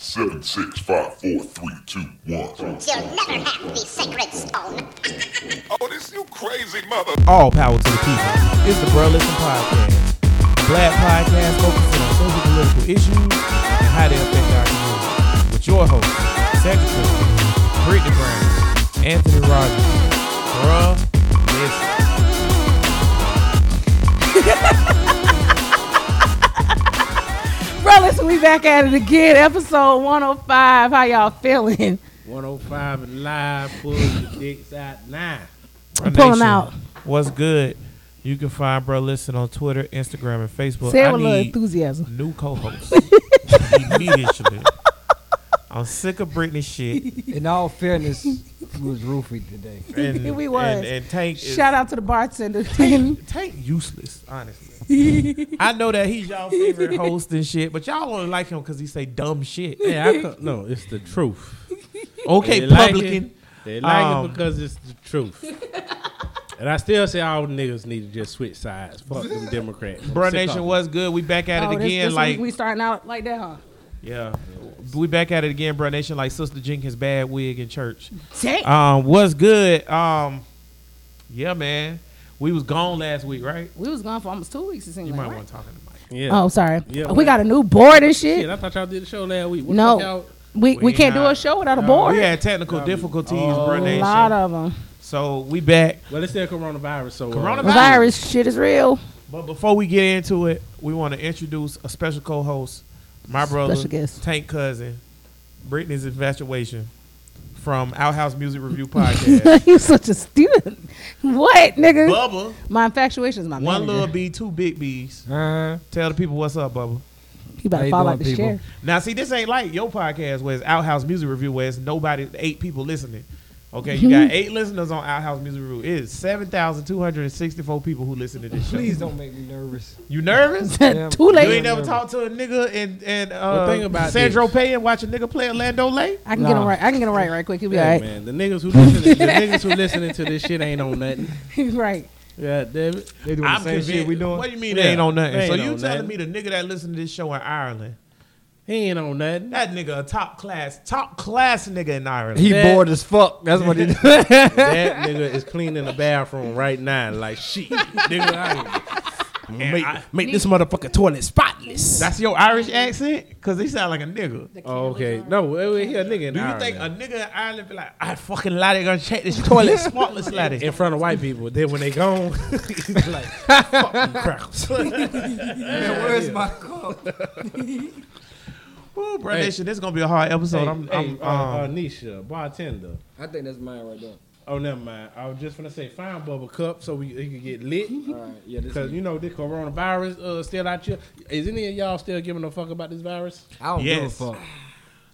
Seven, six, five, four, three, two, one. You'll never have the sacred stone. Oh, this you crazy mother. All power to the people. It's the Bro Listen Podcast. A Black podcast focusing on social political issues and how they affect our community. With your hosts, Secretary, Brittany Brown, Anthony Rogers. Bruh, listen. Bro, listen, we back at it again. Episode 105. How y'all feeling? 105 and live, pull your dicks out now. Bruh Pulling Nation, out. What's good? You can find Bro Listen on Twitter, Instagram, and Facebook. Say it I with a little need enthusiasm. new co-host immediately. I'm sick of Britney shit. In all fairness, it was Roofy today. And, We was. And, and Tank is- Shout out to the bartender. Tank, Tank useless, honestly. I know that he's y'all favorite host and shit, but y'all only like him because he say dumb shit. Yeah, I co- no, it's the truth. Okay, They like it. publican. They like Um, it because it's the truth. and I still say all niggas need to just switch sides. Fuck them Democrats. I'm Bro sick Nation of was good. We back at it Oh, this- again. this like week we starting out like that, huh? yeah, we back at it again, Bro Nation. Like Sister Jenkins, bad wig in church. Dang. Um, what's good? Um, yeah, man. We was gone last week, right? we was gone for almost two weeks. It seemed You like, might right? want to talk to the mic. it. Yeah. Oh, sorry. Yeah, we well- got a new board and shit. Shit, I thought y'all did the show last week. What the No. fuck y'all- we, we, We can't do not- a show without a board. We had technical difficulties, Bro a Nation. lot of them. so we back. Well, it's still coronavirus, so. uh, Coronavirus. Virus shit is real. But before we get into it, we want to introduce a special co-host, my brother, Special guest. Tank cousin, Brittany's infatuation from Outhouse Music Review Podcast. you such a student. What, nigga? Bubba, my infatuation is my one manager. little B, two big B's. Uh, Tell the people what's up, Bubba. You How better you fall doing, like the people? sheriff. Now, see, this ain't like your podcast where it's Outhouse Music Review, where it's nobody, eight people listening. Okay, you got eight listeners on Outhouse Music Review. It is seven thousand two hundred and sixty-four people who listen to this show. please don't make me nervous. You nervous? Yeah. Too late. You ain't Yeah. never talked to a nigga and and uh, Well, think about Sandro this. Pay and watch a nigga play Orlando Lay. I can get Nah. him right. I can get him right right quick. He'll be Hey, all man, the niggas who listening, the niggas who listening to this shit ain't on nothing. right. right. Yeah, damn it. They doing the same shit we doing. What do you mean Yeah. they ain't on nothing? They so ain't you on telling nothing. me the nigga that listened to this show in Ireland, He ain't on nothing. that nigga a top class, top class nigga in Ireland. He That- bored as fuck. That's what he did. that nigga is cleaning the bathroom right now. Like shit, nigga. I ain't- make, make this motherfucker toilet spotless. That's your Irish accent, cause he sound like a nigga. Oh, okay. No, wait, wait, he a nigga. In Do you Ireland. think a nigga in Ireland be like, I fucking lie, they gonna check this toilet spotless laddie? in front of white people? Then when they gone, he's like, "Fuck you, crackers." Where's my cup? Ooh, bro, Hey. nation, this is gonna be a hard episode. I'm, Hey, I'm, uh, uh, um, Nisha, bartender. I think that's mine right there. Oh, never mind. I was just gonna say, find bubble cup so we he could get lit. All right, yeah, this. Cause you know this coronavirus uh, still out here. Is any of y'all still giving a fuck about this virus? I don't Yes. give a fuck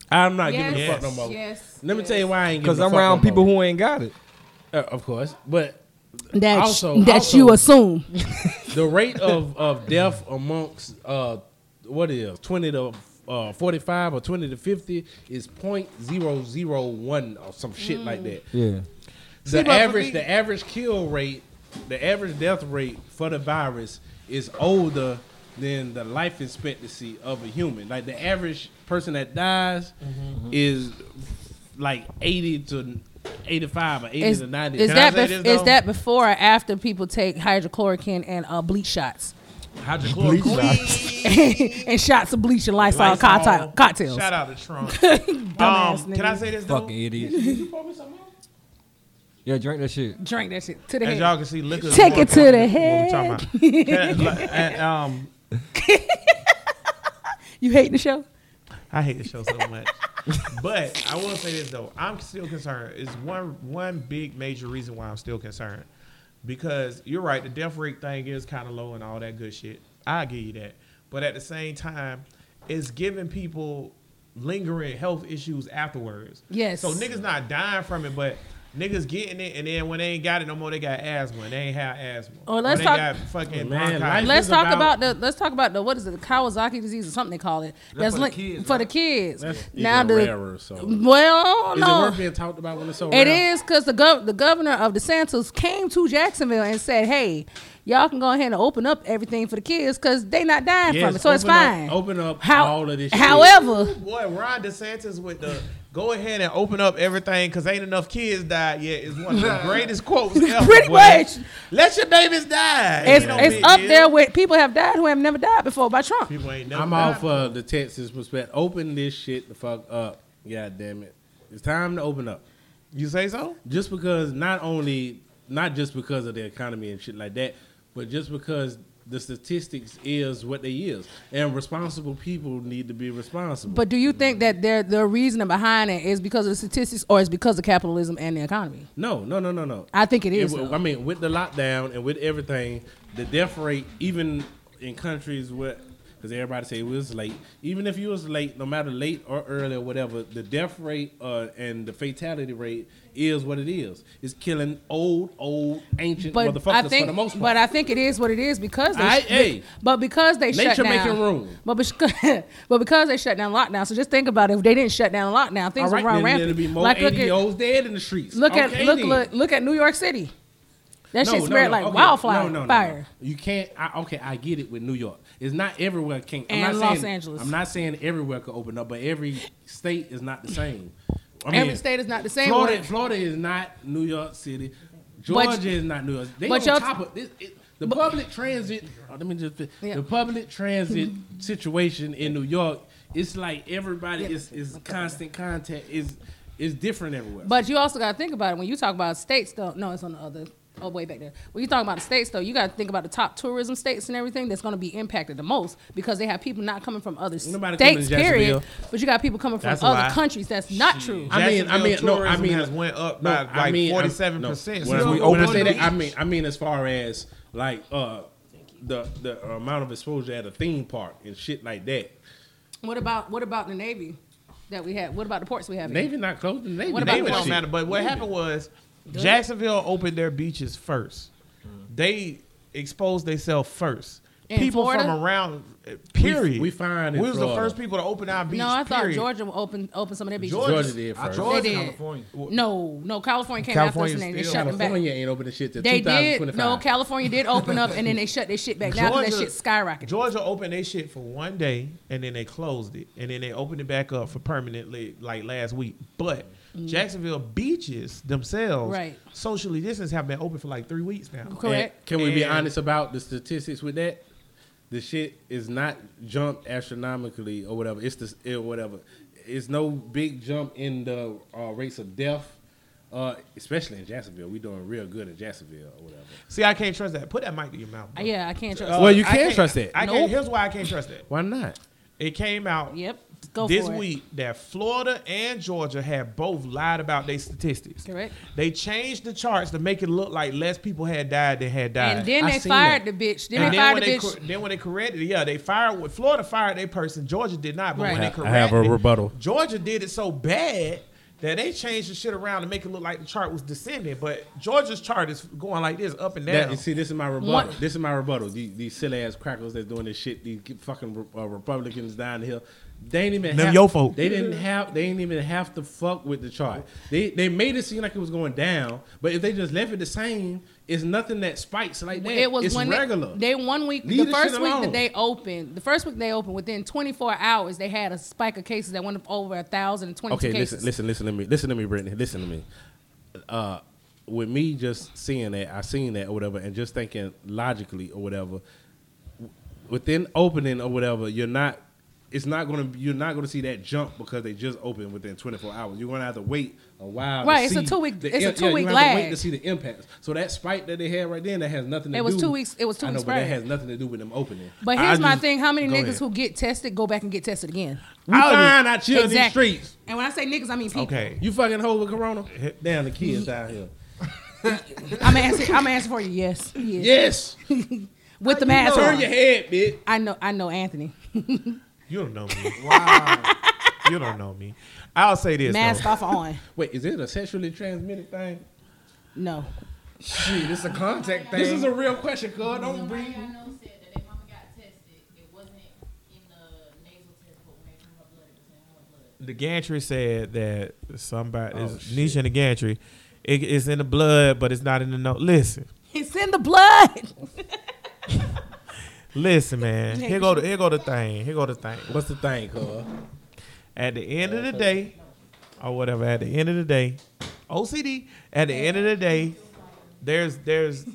I'm not giving a Yes. fuck no more. Yes. Let me tell you why I ain't giving because a fuck I'm around no people more. who ain't got it. Uh, of course, but That Also- that also- you assume. the rate of, of death amongst uh what is twenty to uh forty five or twenty to fifty is point zero zero one or some shit like that. Yeah. Mm. See, but The for average me- the average kill rate, the average death rate for the virus is older than the life expectancy of a human. Like the average person that dies Mm-hmm. is like eighty to eighty five or eighty Is, to ninety. is Can I that say bef- this, is though? that before or after people take hydrochloroquine and uh, bleach shots hydrochloroquine. and shots of bleach and Lysol, Lysol. cocktail, cocktails? Shout out to Trump. Dumbass um, can I niggas. say this though? Fucking idiot. Yeah, drink that shit. Drink that shit to the As head. y'all can see, liquor. is Take more it to the important than what we talking about. Can I- like, uh, um, You hate the show? I hate the show so much. but I will say this though, I'm still concerned. It's one one big major reason why I'm still concerned. Because you're right, the death rate thing is kind of low and all that good shit. I give you that. But at the same time, it's giving people lingering health issues afterwards. Yes. So niggas not dying from it, but niggas getting it, and then when they ain't got it no more, they got asthma. And they ain't have asthma. Or let's they talk- got fucking Man, bronchitis. life- Let's is talk about, about- the let's talk about the what is it? The Kawasaki disease or something they call it. for That's, the linked kids, for right? the kids. That's now even the rarer, so. well, Is it no, worth being talked about when it's so It rare? is because the gov- the governor of DeSantis came to Jacksonville and said, "Hey, y'all can go ahead and open up everything for the kids because they not dying Yes, from it, so it's open up- fine. open up all of this shit. However, Boy, Ron DeSantis with the go ahead and open up everything because ain't enough kids died yet is one of the greatest quotes ever. Pretty boy. much. Let your babies die. it's, You know, it's big up deal. there with people have died who have never died before by Trump. People ain't never I'm died. all for the Texas perspective. Open this shit the fuck up. God damn it. It's time to open up. You say so? Just because not only not just because of the economy and shit like that, but just because the statistics is what they is. And responsible people need to be responsible. But do you think that there the reasoning behind it is because of the statistics or is because of capitalism and the economy? no, no, no, no, no. I think it is. It wa- though. I mean, with the lockdown and with everything, the death rate, even in countries where, because everybody say we was late. Even if you was late, no matter late or early or whatever, the death rate uh, and the fatality rate is what it is. It's killing old, old, ancient but motherfuckers I think, for the most part. but I think it is what it is because they, I- sh- hey. but because they shut Nature down, making room. But because, but because they shut down lockdown, so just think about it. If they didn't shut down lockdown, things All right, would run then rampant. there'll be more like look at ADOs dead in the streets. look at Okay, look, then. look look at New York City. That No, shit Oh, no, spread no, like okay. wildfire No, no, no, no. fire. You can't. I, okay, I get it with New York. It's not everywhere. Can I'm And not Los saying, Angeles. I'm not saying everywhere could open up, but every state is not the same. I Every state is not the same. Florida, way. Florida is not New York City. But- Georgia is not New York. They but on y'all- top of this. It, the public transit. oh, let me just. Yeah. The public transit situation in New York. It's like everybody is is constant contact. Is is different everywhere. But you also got to think about it when you talk about states, though. No, it's on the other. Oh, way back there. When you talk about the states, though, you got to think about the top tourism states and everything that's going to be impacted the most because they have people not coming from other Nobody coming to states, period. Jacksonville. But you got people coming from That's a other lie. countries. That's not true. I mean, I mean, Jacksonville no, I tourism mean, has went up no, by like I'm- 47% No, when since we we when I opened say the that, I beach. mean, I mean, as far as like uh, the the amount of exposure at a theme park and shit like that. What about what about the Navy that we had? What about the ports we have? here? Navy not closing. Navy, What what about about Name it don't shit. matter. But what happened was Jacksonville opened their beaches first. They exposed themselves first. In people Florida? from around uh, period. we find in we was Florida. the first people to open our beach. No, I thought period. Georgia will open open some of their beaches. Georgia did first. They Georgia, did. California. No, no, California came California after us and they still- shut them back. California ain't opening shit till They did. 2025. No, California did open up and then they shut their shit back down because that shit skyrocketed. Georgia opened their shit for one day and then they closed it and then they opened it back up for permanently like last week. But Jacksonville beaches themselves, Mm-hmm. Right. socially distanced, have been open for like three weeks now. Correct. And can we be And- honest about the statistics with that? The shit is not jumped astronomically or whatever. It's the it, whatever. It's no big jump in the uh, rates of death, uh, especially in Jacksonville. We doing real good in Jacksonville or whatever. See, I can't trust that. Put that mic to your mouth. bro. Yeah, I can't trust. Uh, Well, you I can can't- trust that. I can't, Nope. here's why I can't trust that. Why not? It came out Yep. Go this for it. week that Florida and Georgia have both lied about their statistics. Correct. They changed the charts to make it look like less people had died than had died. And then I they seen fired that. the bitch. Then And they then fired when the they, bitch. cor- then when they corrected it, yeah, they fired. When Florida fired their person, Georgia did not. But when they Right. corrected, I have a it, rebuttal. Georgia did it so bad that they changed the shit around to make it look like the chart was descending. But Georgia's chart is going like this, up and That, down. you see, this is my rebuttal. What? This is my rebuttal. These, these silly ass crackers that's doing this shit. These fucking uh, Republicans down here. They ain't even Them have, your folk. They didn't have. They didn't even have to fuck with the chart. They they made it seem like it was going down, but if they just left it the same, it's nothing that spikes like that. It was it's when they- regular. They, one week, Leave the this first shit week alone. that they opened, the first week they opened, within 24 hours they had a spike of cases that went up over a thousand and twenty okay, cases. listen, listen, listen to me. Listen to me, Brittany. Listen to me. Uh, with me just seeing that, I seen that or whatever, and just thinking logically or whatever, w- within opening or whatever, you're not. It's not gonna. You're not gonna see that jump because they just opened within 24 hours. You're gonna have to wait a while. to Right, it's a see two-week- the it's a im- yeah, two-week you have to lag. Wait to see the impacts. So that spike that they had right then, that has nothing. to It do was two weeks- it was two I know, weeks but that prior. has nothing to do with them opening. But I- here's I my just- thing: how many go niggas ahead. who get tested go back and get tested again? We fine, I chill these Exactly. streets. And when I say niggas, I mean people. okay, You fucking hoe with Corona? Damn, the kids down here. I'm answering. I'm answering for you. Yes. Yes. Yes. With the mask Turn on. your head, bitch. I know. I know Anthony. you don't know me. Wow. you don't know me. I'll say this. mask though. off or on. Wait, is it a sexually transmitted thing? No. Shit, it's a contact thing. This is a real question, cuz. Don't Somebody bring I know said that their mama got tested. It wasn't in the nasal test, but when it came up blood, it was in her blood. The gantry said that somebody, oh, Nisha in the gantry, it, it's in the blood, but it's not in the note. Listen, It's in the blood. Listen, man. Here go the here go the thing. Here go the thing. What's the thing, cuz? At the end of the day, or whatever. At the end of the day, OCD. At the end of the day, there's there's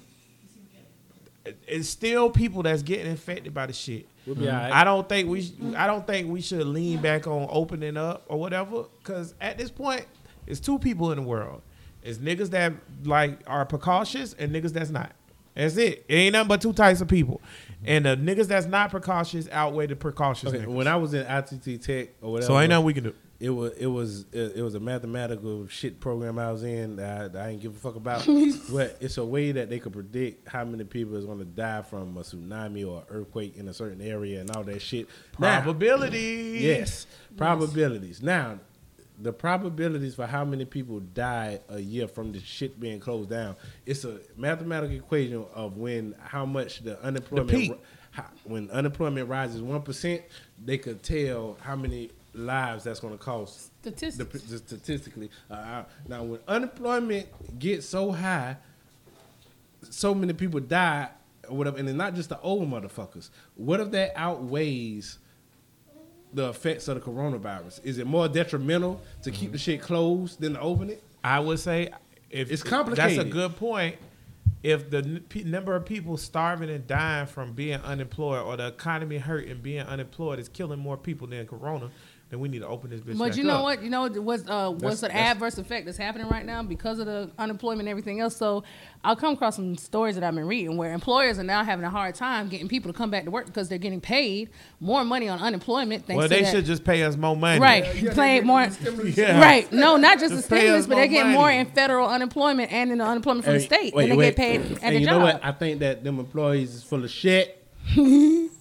it's still people that's getting infected by the shit. We'll be all right. Mm-hmm. I don't think we sh- I don't think we should lean back on opening up or whatever because at this point it's two people in the world. It's niggas that like are precautious and niggas that's not. That's it. It ain't nothing but two types of people, and the niggas that's not precautious outweigh the precautious. Okay, niggas. when I was in ITT Tech or whatever, so ain't nothing we can do. it was it was it, it was a mathematical shit program I was in that I, I didn't give a fuck about. but it's a way that they could predict how many people is going to die from a tsunami or earthquake in a certain area and all that shit. Now, Probability. Yes, probabilities. Now, the probabilities for how many people die a year from the shit being closed down. It's a mathematical equation of when how much the unemployment The peak. ri- how, when unemployment rises one percent, they could tell how many lives that's going to cost. Statistics. The, p- statistically, uh, uh, now when unemployment gets so high, so many people die or whatever, and it's not just the old motherfuckers. What if that outweighs the effects of the coronavirus? Is it more detrimental to keep the shit closed than to open it? I would say if It's That's a complicated. good point. If the n- pe- number of people starving and dying from being unemployed or the economy hurt and being unemployed is killing more people than corona, then we need to open this bitch. But back you know up. what? You know what's uh, what's an that's- adverse effect that's happening right now because of the unemployment and everything else. So I'll come across some stories that I've been reading where employers are now having a hard time getting people to come back to work because they're getting paid more money on unemployment. Thanks Well, they to that. should just pay us more money. right played more. Yeah. Right, no, not just the Just pay us stimulus, but they're more getting more money. in federal unemployment and in the unemployment from the And- state, wait, and they get wait. paid at and the you job. know what? I think that them employees is full of shit.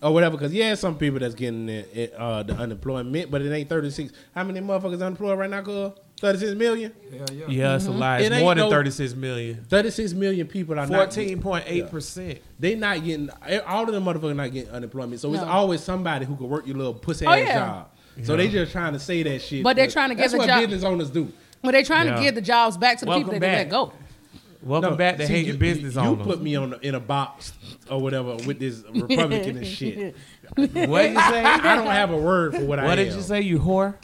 or whatever, because yeah, some people that's getting the, it, uh, the unemployment, but it ain't thirty six. How many motherfuckers unemployed right now? Cause thirty six million. Yeah, yeah. Yeah, Mm-hmm. it's a lie. It's It ain't more than no- 36 million. Thirty six million people are not- 14.8%. They not getting all of them motherfuckers not getting unemployment. So it's No. always somebody who can work your little pussy Oh, ass yeah. job. So they just trying to say that shit. But they're trying to That's give a what job- business owners do. Well, they're trying Yeah. to give the jobs back to the Welcome people that they back. let go. Welcome back to see, hating you, business you, on You put me on in a box or whatever with this Republican and shit. What you say? I don't have a word for what, I am. What did you say, you whore?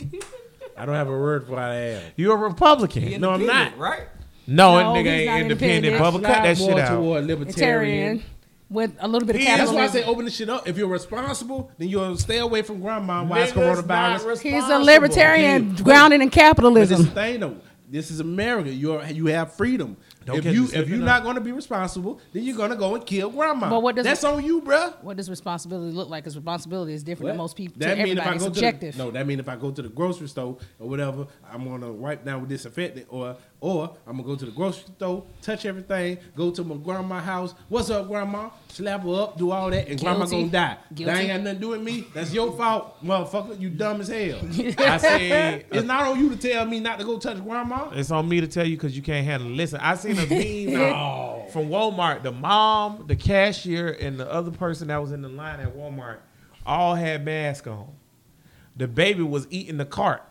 I don't have a word for what I am. You a Republican. No, I'm not. Independent, Right? No, No, and nigga he's ain't not independent, independent. Bubba. Cut Slide that more toward out. toward libertarian. Libertarian with a little bit of He is That's why I capitalism. say open the shit up. If you're responsible, then you'll stay away from grandma. Why it's Niggas not coronavirus? He's a responsible. libertarian grounded in But this is capitalism. the thing though. This is America. You are, you have freedom. Don't if catch you me if you're slipping not up. going to be responsible, then you're going to go and kill grandma. But what does that's it- on you, bruh. What does responsibility look like? Because responsibility is different than most people. That to mean if everybody. I go it's to objective. The, no, that mean if I go to the grocery store or whatever, I'm gonna wipe down with disinfectant, or or I'm gonna go to the grocery store, touch everything, go to my grandma's house. What's up, grandma? Slap her up, do all that, and grandma Guilty. gonna die. That Guilty. ain't got nothing to do with me. That's your fault, motherfucker. You dumb as hell. I say it's not on you to tell me not to go touch grandma. It's on me to tell you because you can't handle. it. Listen, I seen a meme uh, from Walmart. The mom, the cashier, and the other person that was in the line at Walmart all had masks on. The baby was eating the cart.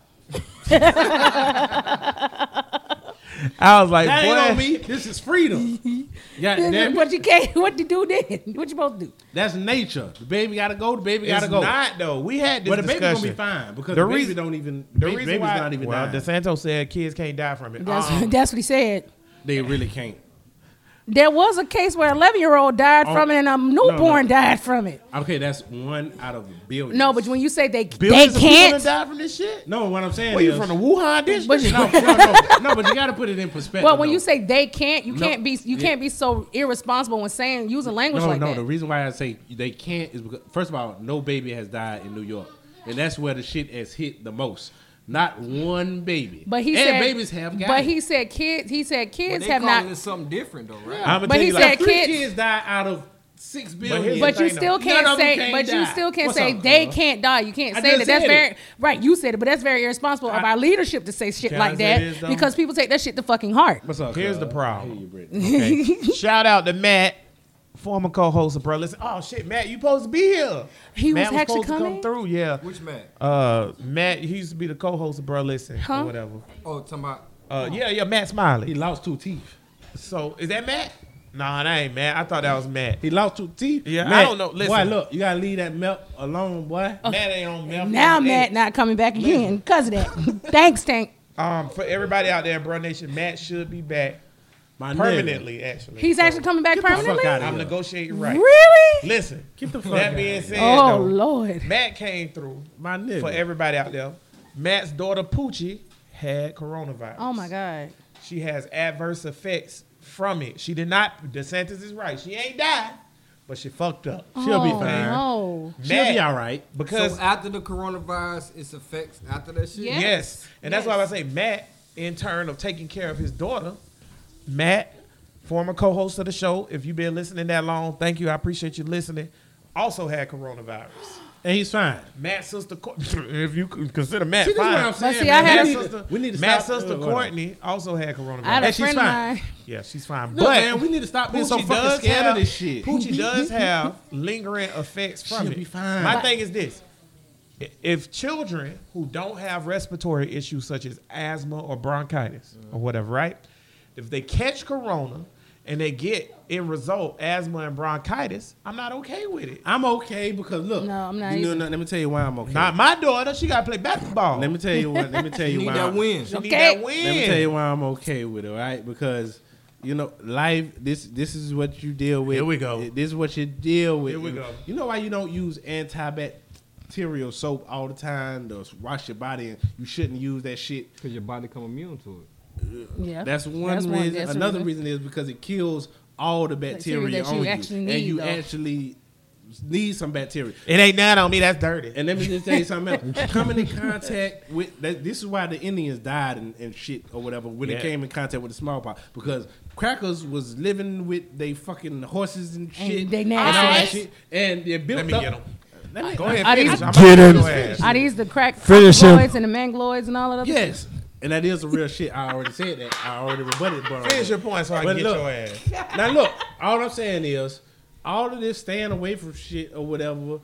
I was like, That ain't on boy, me. This is freedom. God damn it. what you can't, what you do then? What you supposed to do? That's nature. The baby gotta go. The baby it's gotta go. not though. We had this but the baby discussion. gonna be fine because The the, baby reason- don't even. The baby, reason baby's why, not even. well, dying. DeSanto said kids can't die from it. That's, Um, that's what he said. They really can't. There was a case where an 11 year old died Oh, from it and a no. newborn died from it. Okay, that's one out of a billion. No, but when you say they billions they of people done can't, died from this shit. no, what I'm saying Where you is from the Wuhan district? but you- no, no, no, no, but you got to put it in perspective. well, when though. you say they can't, you No. can't be you Yeah. can't be so irresponsible when saying using language no, like no, that. the reason why I say they can't is because first of all, no baby has died in New York, and that's where the shit has hit the most. Not one baby. but he and said babies have got. But it. he said kids. He said But kids they have calling not. it something different though, right? I'm gonna But tell he you said like, three kids. kids- die out of six billion. here's But you None still of can't them say. can't but you die. still can't What's say up, they cuz? can't die. You can't I say just that. That's said very it. right. You said it, but that's very irresponsible of I- our leadership to say shit Can I like say that this, though? because people take that shit to fucking heart. What's up? Here's cuz? the problem. I hear you, Brittany. Okay. Shout out to Matt, former co-host of Bro. Listen, oh shit, Matt, you supposed to be here. He Matt was actually supposed coming. to come through. Yeah. Which man? Uh, Matt, he used to be the co-host of Bro. Listen, Huh? or whatever. Oh, talking about Uh, yeah, yeah, Matt He Smiley. lost two teeth. So is that Matt? Nah, that ain't mad. I thought that was mad. He lost two teeth. Yeah, I Matt, don't know. Boy, Listen. look, you gotta leave that milk alone, boy. Matt ain't on meth. Oh. Now Hey, Matt not coming back again because of that. Thanks, Tank. Um, for everybody out there in Bro Nation, Matt should be back My nigga. permanently. Actually, He's So, actually coming back Get the fuck permanently. outta I'm here. negotiating right. Really? Listen, Get the fuck that outta being here. said, Oh though, Lord. Matt came through My nigga. for everybody out there. Matt's daughter Poochie had coronavirus. Oh my God. She has adverse effects from it. She did not. DeSantis is right. She ain't died, but she fucked up. She'll be Oh, fine. No. She'll be Matt, all right. Because so after the coronavirus, its effects after that shit. Yeah. Yes. And that's why I Yes. say Matt, in turn of taking care of his daughter, Matt, former co-host of the show, if you've been listening that long, thank you. I appreciate you listening. Also had coronavirus. And he's fine. Matt's sister, Co- if you could consider Matt See, this is what I'm fine. saying. see, man. I Matt's had- sister, we need to Matt's stop- sister uh, hold on. Courtney also had I had a coronavirus. And she's friend of fine. mine. Yeah, she's fine. Look, but man, we need to stop being so Poochie fucking does scared have, of this shit. Poochie does have lingering effects from She'll it. be fine. My But- thing is this. I- If children who don't have respiratory issues such as asthma or bronchitis or whatever, right? If they catch corona and they get in result asthma and bronchitis, I'm not okay with it. I'm okay because look. No, I'm not You know, either. no, let me tell you why I'm okay. Not my daughter. She got to play basketball. let me tell you what. Let me tell You you need why. that I'm- win. she need Okay. that win. Let me tell you why I'm okay with it, all right? Because you know, life. This this is what you deal with. Here we go. This is what you deal with. Here we go. You know why you don't use antibacterial soap all the time to wash your body, and you shouldn't use that shit. Because your body come immune to it. Yeah. That's one That's one- reason. that's a Another reason. reason is because it kills all the bacteria, Bacteria that on you you, actually and need, you though. actually need some bacteria. It ain't that on me. That's dirty. And let me just tell you something else. Coming in contact with that, this is why the Indians died and, and shit or whatever when Yeah. they came in contact with the smallpox because crackers was living with they fucking horses and shit they all that nasty. shit, and they built Let me up. get 'em. Let me- Go ahead. I finish. didn't- I'm gonna Get kick him. your ass. Are these the crack Finish him. boys and the mangloids and all of that? Yes, and that is the real shit. I already said that. I already rebutted. Bro. Finish your point so I can But get look. your ass. now look, all I'm saying is, all of this staying away from shit or whatever,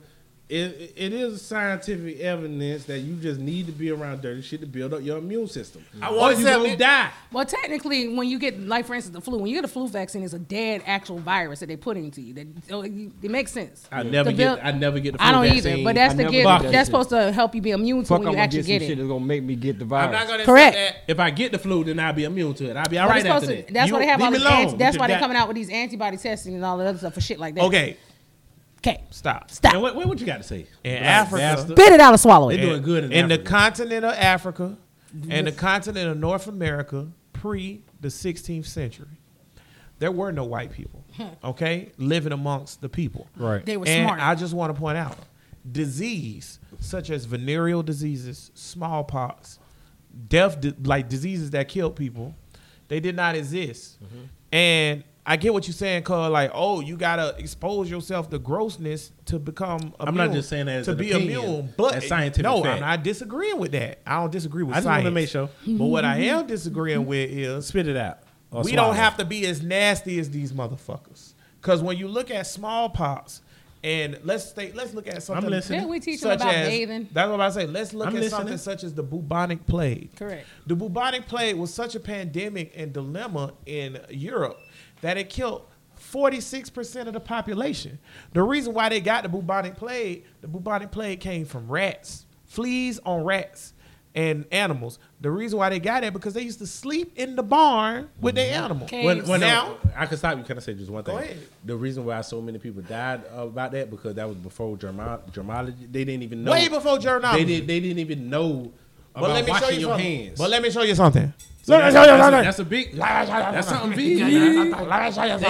it, it is scientific evidence that you just need to be around dirty shit to build up your immune system. I want or you something- gonna die. Well, technically, when you get, like for instance, the flu, when you get a flu vaccine, it's a dead actual virus that they put into you. That so it, it makes sense. I never The bill- get. I never get the. Flu I don't vaccine. either, but that's I to never get. got That's that shit. supposed to help you be immune to Fuck, I'm when you gonna actually get some get, shit it. that's gonna make me get the virus. gonna Correct. If I get the flu, then I'll be immune to it. I'll be all But right it's after supposed to- that. that's why they have all the these. Anti- that's why they're coming out with these antibody testing and all that other stuff for shit like that. Okay, Okay. stop. And Stop. what, what, what you got to say? In Black Africa- bastard. Spit it out and swallow They it. do- doing good in the Africa. continent of Africa and the continent of North America pre the 16th century. There were no white people, okay, living amongst the people. Right. They were and smart. I just want to point out disease such as venereal diseases, smallpox, death, di- like diseases that killed people, they did not exist. Mm-hmm. And I get what you're saying, cause like, oh, you gotta expose yourself to grossness to become. Immune, I'm not just saying that as to an be opinion. immune, but That's scientific No, fact. I'm not disagreeing with that. I don't disagree with. I just wanna science. make sure. But what I am disagreeing with is Spit it out. or we swallow don't it. have to be as nasty as these motherfuckers. Because when you look at smallpox, and let's stay, let's look at something. listening. Didn't we teach them such about as- bathing? That's what I say. Let's look I'm at listening. something such as the bubonic plague. Correct. The bubonic plague was such a pandemic and dilemma in Europe that it killed 46% of the population. The reason why they got the bubonic plague, the bubonic plague came from rats, fleas on rats and animals. The reason why they got it because they used to sleep in the barn with their animal. Okay. Mm-hmm. When, uh, when Now- now I, I can stop you. Can I say just one thing? Go ahead. The reason why so many people died about that because that was before germo- germology. They didn't even know. Way before germology. They, did, they didn't even know about But let me washing show you your something. hands. But let me show you something. So that's, that's, a, that's a big. That's something big. They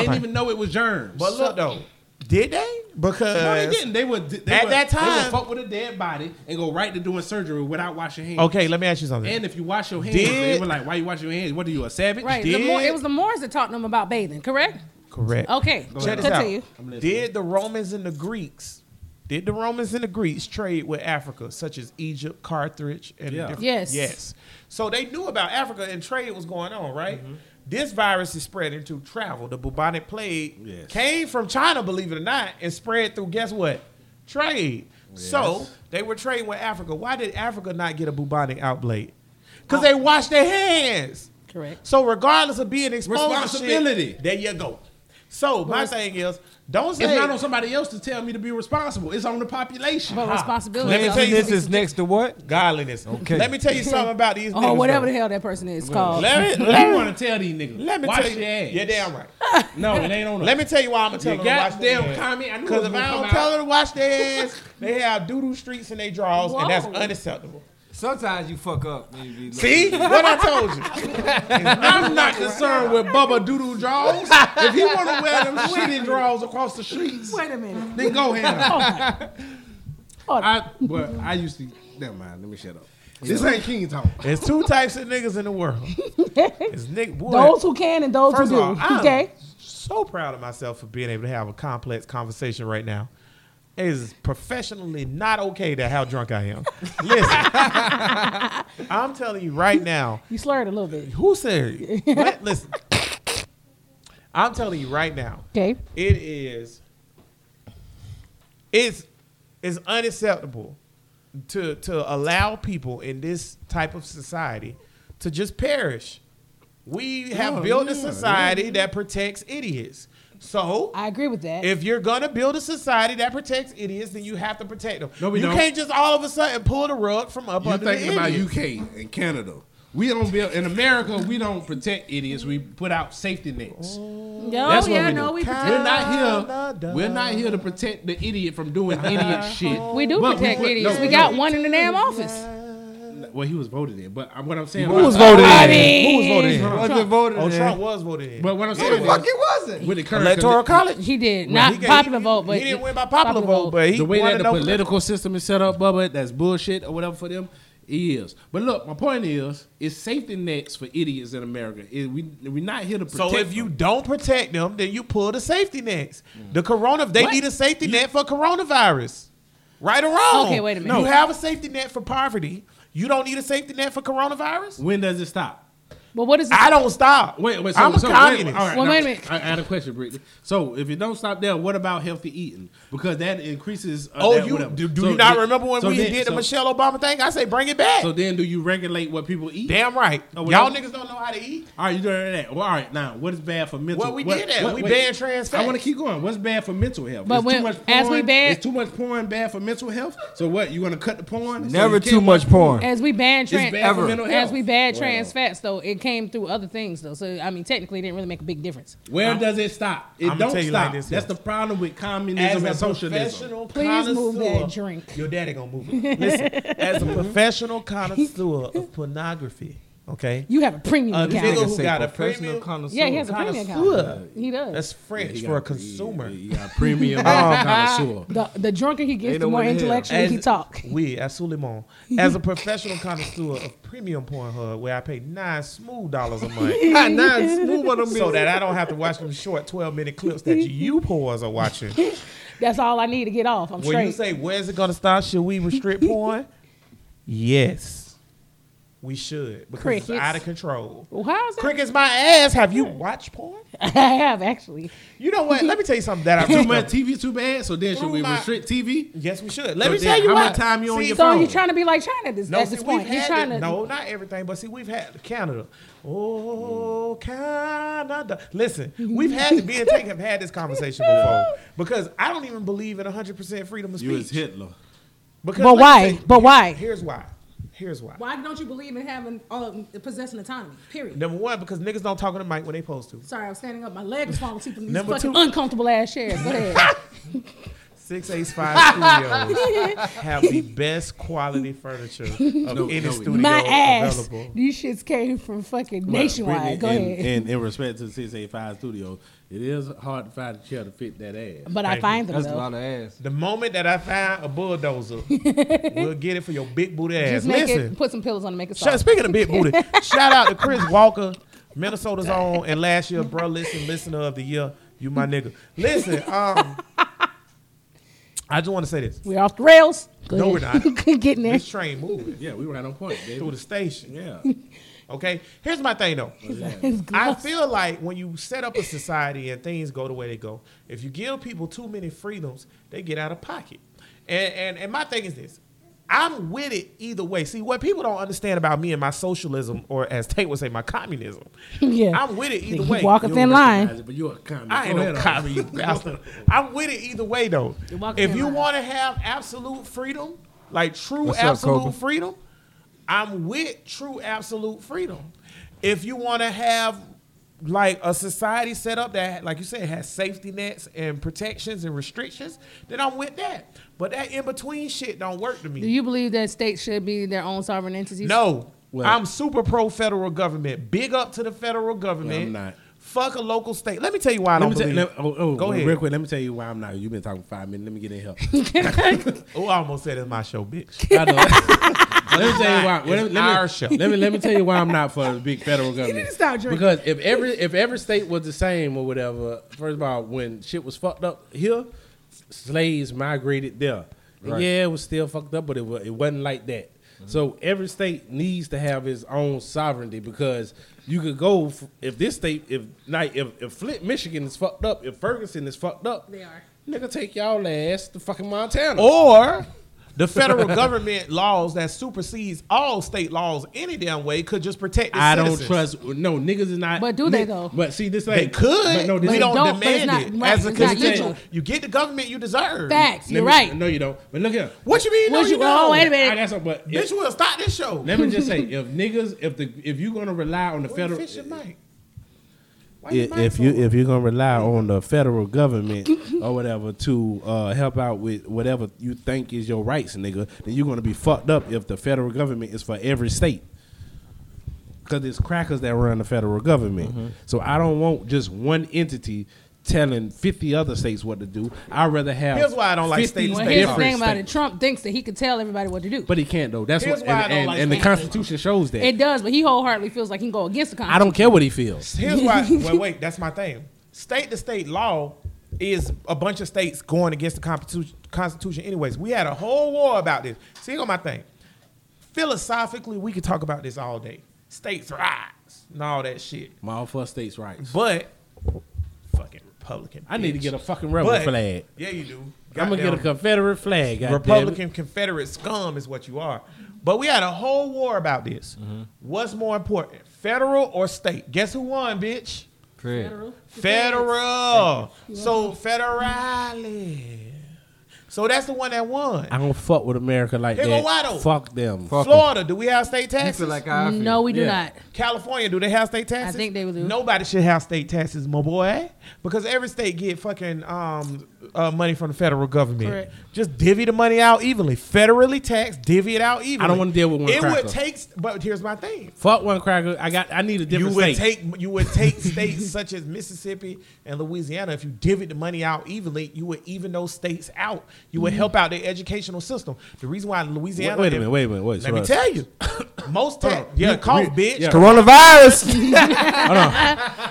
didn't even know it was germs. But look though, did they? Because no, they didn't. They were they At were, that They time- would fuck with a dead body and go right to doing surgery without washing hands. Okay, let me ask you something. And if you wash your hands, Did- they were like, "Why you wash your hands? What are you a savage?" Right. The Moor, Did- it was the Moors that taught them about bathing. Correct. Correct. Okay. Check this Continue. out. I'm listening. Did the Romans and the Greeks? Did the Romans and the Greeks trade with Africa, such as Egypt, Carthage, and Yeah. different- Yes. yes? So they knew about Africa and trade was going on, right? Mm-hmm. This virus is spreading through travel. The bubonic plague Yes. came from China, believe it or not, and spread through guess what? Trade. So they were trading with Africa. Why did Africa not get a bubonic outbreak? Because they washed their hands. Correct. So regardless of being exposed to shit- Responsibility. there you go. So my thing is, don't say It's not on somebody else to tell me to be responsible. It's on the population. But Let responsibility. me though. tell you- This is next to what? godliness. Okay. Let me tell you something about Oh, these. or niggas, whatever though. the hell that person is called. Let me, you let me, want to tell these niggas? let me wash tell you. your ass. You're damn right. No, it ain't on. Let me tell you why I'm gonna tell tell them. you. to wash their Goddamn hands. comment. I knew Because if I don't tell her to wash their ass, they have doodoo streets in their drawers, and that's Whoa. unacceptable. Sometimes you fuck up. and you be like- See what I told you? I'm not concerned with Bubba Doodoo draws. if he want to wear them shitty draws across the streets, Wait a minute. then go ahead. Hold on. I, but I used to. Never mind. Let me shut up. This ain't King talk. There's two types of niggas in the world. It's Nick Wood. Those who can and those First who of do. all, I'm okay. so proud of myself for being able to have a complex conversation right now. It is professionally not okay to how drunk I am. Listen, I'm telling you right now, You slurred a little bit. Who said? What? Listen, I'm telling you right now, Okay. it is. It's it's unacceptable to to allow people in this type of society to just perish. We Oh, have built a society that protects idiots. So I agree with that. if you're gonna build a society that protects idiots, then you have to protect them. No, we you don't. can't just all of a sudden pull the rug from up You under the thinking idiots. about UK and Canada? We don't build in America. We don't protect idiots. We put out safety nets. no, That's what Oh, yeah, we no, do. we We're protect. not here. We're not here to protect the idiot from doing idiot shit. We do But we protect put- idiots. no, we no. got one in the damn office. Well, he was voted in, but I- what I'm saying, Who was about- voted in? I Who was voted in? mean- Was it voted Oh, in? Trump was voted in. But what I'm Who saying the is, fuck it wasn't? with the current Electoral condi- college. He did Well, not he- popular he- vote, but he didn't win by popular, vote, but he the way that wanted the to- political system is set up, Bubba, that's bullshit or whatever for them. Is but look, my point is, it's safety nets for idiots in America. It- we we're not here to protect. So if you them. don't protect them, then you pull the safety nets. The corona, they Mm. What? need a safety net for coronavirus. Right or wrong? Okay, wait a minute. You No. have a safety net for poverty. You don't need a safety net for coronavirus. when does it stop? But what is I don't stop. Wait, wait. So, I'm a so, communist. Wait, all right, Well, now, wait a minute. I, I had a question, Brittany. So if you don't stop there, what about healthy eating? Because that increases. Uh, Oh, that you whatever. do, do So you not then- remember when so we then- did the so- Michelle Obama thing? I say bring it back. So then, do you regulate what people eat? Damn right. Oh, well, Y'all that- niggas don't know how to eat. All right, you doing that? Well, all right, now what is bad for mental? Well, we what- did that. what- we wait. banned trans fats. I want to keep going. What's bad for mental health? But Is when- as we porn- ban- is too much porn bad for mental health. So what? You want to cut the porn? So Never you can't too watch- much porn. as we ban It's trans bad Ever. for mental health. as we ban Well, trans fats though, it came through other things though. So I mean, technically, it didn't really make a big difference. Where does it stop? It I'ma don't tell you stop. like this, That's yes. the problem with As communism a and socialism. professional Please move connoisseur- that drink. Your daddy gonna move it. Listen, as a professional connoisseur of pornography, okay, You have a premium a account. nigga Nigga who say got a professional premium connoisseur. yeah, he has a premium account. Connoisseur. He does. That's French for a consumer. You got premium connoisseur. the, the drunker he gets, Ain't the no more one in hell. intellectually he talk. We absolutely. As a professional connoisseur of premium Pornhub, where I pay nine smooth dollars a month, God, nah, it's smooth on them so bitches. that I don't have to watch them short twelve minute clips that you pores are watching. That's all I need to get off. I'm When straight. you say where's it gonna stop, should we restrict porn? yes, we should because it's Crickets. out of control. Well, how's that? Crickets, my ass. Have you watched porn? I have actually. You know what? Let me tell you something that I've Too done. much TV, too bad. So then should we Through my- restrict TV? Yes, we should. Let So me then tell you how what. much time you on See, your So phone? you're trying to be like China this, No, at see, this we've point. You're had trying to. it- No, not everything, but see, we've had Canada. Oh, Canada. Listen, we've had to be and take have had this conversation before because I don't even believe in 100% freedom of You is speech. Hitler. Because But let me why? tell you- But why? Here's why. Here's why. Why don't you believe in having um, possessing autonomy? Period. Number one, because niggas don't talk on the mic when they supposed to. Sorry, I'm standing up. My leg was falling asleep in these Number fucking two. uncomfortable ass chairs. Go ahead. 685 Studios have the best quality furniture of any no, we- studio My ass. available. These shits came from fucking But nationwide. Brittany, Go in, ahead. in- in respect to 685 Studios, it is hard to find a chair to fit that ass. but I Thank find them That's a though. lot of ass. The moment that I find a bulldozer, we'll get it for your big booty ass. Just make Listen, it. Put some pillows on to make it Shout, soft. speaking of big booty, shout out to Chris Walker, Minnesota's own, and last year, bro, listen, listener of the year, you my nigga. Listen, um, I just want to say this: We're off the rails. Go No, ahead. we're not. Getting there. this train moving Yeah, we were right on point, baby. through the station. Yeah. Okay, here's my thing though. I feel like when you set up a society and things go the way they go, if you give people too many freedoms, they get out of pocket. And and, and my thing is this I'm with it either way. See, what people don't understand about me and my socialism, or as Tate would say, my communism, Yeah. I'm with it either you way. walk a thin line. But you a comic. I ain't Go no ahead, copy, you bastard. I'm with it either way, though. You're welcome If here, you Ryan. want to have absolute freedom, like true What's up, absolute Cobra? freedom, I'm with true absolute freedom. If you want to have like a society set up that, like you said, has safety nets and protections and restrictions, then I'm with that. But that in between shit don't work to me. Do you believe that states should be their own sovereign entities? No. Well- I'm super pro federal government. Big up to the federal government. Well, I'm not. Fuck a local state. Let me tell you why I Let don't me tell, believe. let, oh, oh, Go ahead. Real quick, let me tell you why I'm not. You've been talking five minutes. Let me get in help. Oh, I almost said it's my show, bitch. I know. let me tell you why. It's Let me, let, me, our show. let me let me tell you why I'm not for the big federal government. to stop drinking. Because if every if every state was the same or whatever, first of all, when shit was fucked up here, slaves migrated there. And Yeah, it was still fucked up, but it was, it wasn't like that. Mm-hmm. So every state needs to have its own sovereignty because you could go f- if this state if like if, if Flint, Michigan is fucked up, if Ferguson is fucked up, They are. nigga take y'all ass to fucking Montana. Or the federal government laws that supersedes all state laws any damn way could just protect. its I don't citizens. trust. No, niggas is not. But do they, though? But see, this They ain't. could. But no, this we ain't- don't, don't, but it's demand not- it right, as a it's not constitution. legal. You get the government you deserve. Facts. Let You're me- right. No, you don't. But look here. What you mean? What no, you- you oh, don't. wait a minute. I got something. But Bitch, if, we'll stop this show. let me just say, if niggas, if the if you gonna rely on the Where you federal, fish your mic? Why your if, mic if you on? if you're gonna rely on the federal government or whatever to uh, help out with whatever you think is your rights, nigga, then you're gonna be fucked up if the federal government is for every state. Cause it's crackers that run the federal government. So I don't want just one entity telling fifty other states what to do. I'd rather have Here's why I don't like 50 state to Well, state here's the different thing about it. states. Trump thinks that he could tell everybody what to do. But he can't though. That's Here's what why I and, don't and, like and the state to state. Constitution shows that. it does, but he wholeheartedly feels like he can go against the I Constitution. don't care what he feels. Here's why. well, wait, that's my thing. State to state law is a bunch of states going against the Constitution. Constitution, anyways. We had a whole war about this. See, here go my thing. Philosophically, we could talk about this all day. States' rights and all that shit. My for states' rights. But fucking Republican. I need to get a fucking bitch. rebel But- flag. Yeah, you do. I'm gonna get a Goddamn Confederate flag. goddamn it. Republican Confederate scum is what you are. But we had a whole war about this. Mm-hmm. What's more important, federal or state? Guess who won, bitch? Fred. Federal. So federally. So that's the one that won. I don't fuck with America like Here go that. Watto. Fuck them. Fuck 'em. Florida, do we have state You taxes? feel like I feel. No, we do Yeah. not. California, do they have state taxes? I think they do. Nobody should have state taxes, my boy, because every state get fucking um, uh, money from the federal government. Correct. Just divvy the money out evenly, federally taxed, divvy it out evenly. wanna deal with one It cracker. would take, but here's my thing. Fuck one cracker. I got. I need a You different would state. take you would take states such as Mississippi and Louisiana if you divvy the money out evenly. You would even those states out. You would help out the educational system. The reason why Louisiana. Mm. wait, wait a minute. Wait a minute. Wait. Let me slow tell you, most tax. on. Yeah, Re- call re- bitch. yeah. Coronavirus.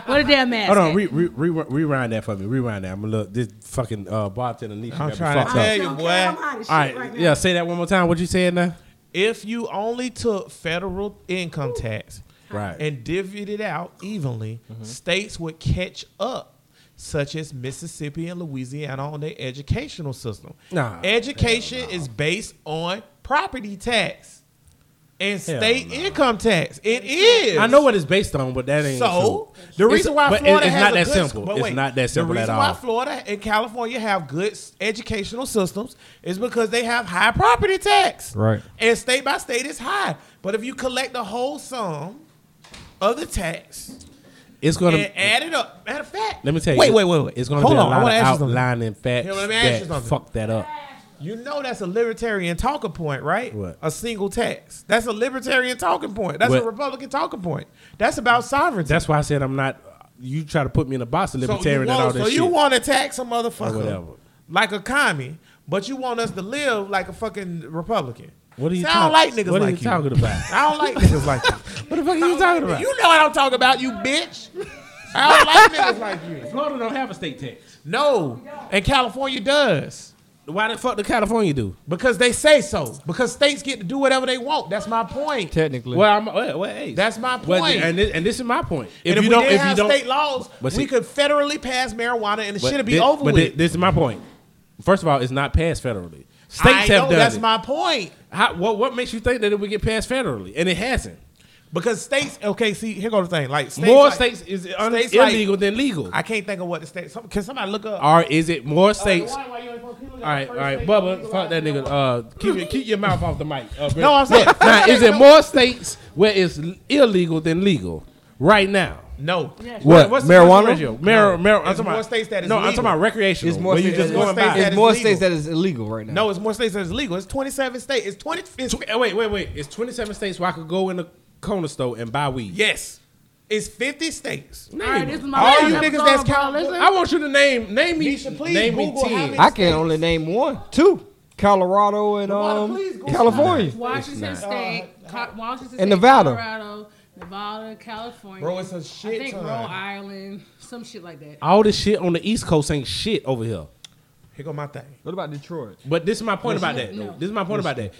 What a damn ass. Hold on, re, re, re, rewind that for me. Rewind that. I'm gonna look. This fucking uh, bartender Nisha got I'm me trying to fucked tell up. you, boy. All right, yeah. Say that one more time. What you saying now? If you only took federal income tax Right. and divvied it out evenly, states would catch up, such as Mississippi and Louisiana on their educational system. Nah, Education is based on property tax and Hell state nah. income tax. It is. I know what it's based on, but that ain't So the true. It's- reason why but it- Florida it's has not a that good simple. but it's wait, not that simple The at reason all. why Florida and California have good s- educational systems is because they have high property tax. Right. And state by state is high. But if you collect the whole sum of the tax it's gonna. and add it up, matter of fact, let me tell you. Wait, wait, wait, wait. It's gonna Hold be on, I a lot wanna of ask you something. outlining facts Here, let me ask you that something. fuck that up. You know that's a libertarian talking point, right? What? A single tax. That's a libertarian talking point. That's a What? Republican talking point. That's about sovereignty. That's why I said I'm not. You try to put me in a box of So you libertarian and all want- this so shit. you want to tax a Or whatever. motherfucker like a commie, but you want us to live like a fucking Republican. What are you See, I don't talk- like niggas what are like you talking about? I don't like niggas like you. what the fuck are you talking about? You know what I'm talking about, you bitch. I don't like niggas like you. Florida don't have a state tax. No, and California does Why the fuck do California do? because they say so. Because states get to do whatever they want. That's my point. Technically. Well, I'm, well, well, hey, That's my well, point. and this, and this is my point. And if, we didn't have state laws, But we see- could federally pass marijuana and the but shit'd be thi- over but with. thi- this is my point. First of all, it's not passed federally. States I have know done that's it. my point. How, what what makes you think that it would get passed federally? And it hasn't. Because states, okay, see, here goes the thing. Like states more like- states is it un- states like- illegal than legal. I can't think of what the state. Some, can somebody look up? or is it more states? all all right, all right, Bubba, fuck that nigga. Uh, keep your, keep your mouth off the mic. Uh, No, I'm saying- now, is it more states where it's illegal than legal right now? No. What, marijuana? Mar- mar- I'm It's talking more about- states that is no, I'm legal. talking about recreational. It's more where you states just that is- going by. that It's is more legal. states that is illegal right now. No, it's more states that's legal. It's 27 states. It's 20. It's, Tw- wait, wait, wait. It's 27 states where I could go in the corner store and buy weed. yes. It's 50 states. Name All right, this is my all last you niggas episode, that's bro. count- Listen. I want you to name name me Nisha, please name me Google how ten. many- I can only name one, two: Colorado and um, California. Washington State, Co- Washington State, And Nevada. Colorado, Nevada, California. Bro, it's a shit I think ton. Rhode Island, some shit like that. All this shit on the East Coast ain't shit over here. Here go my thing. What about Detroit? But this is my point about that. No. Though. This is my point about that.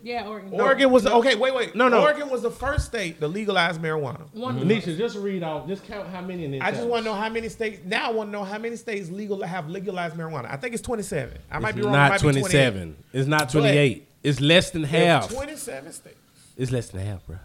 Yeah, Oregon. Oregon was okay. Wait, wait. No, no. Oregon was the first state to legalize marijuana. One Nisha, just read out. Just count how many in this. I just want to know how many states. Now I want to know how many states legal have legalized marijuana. I think it's 27. I might be It's wrong. it not might be 27. It's not 28. it's less than 28. half. 27 states. It's less than half, bro.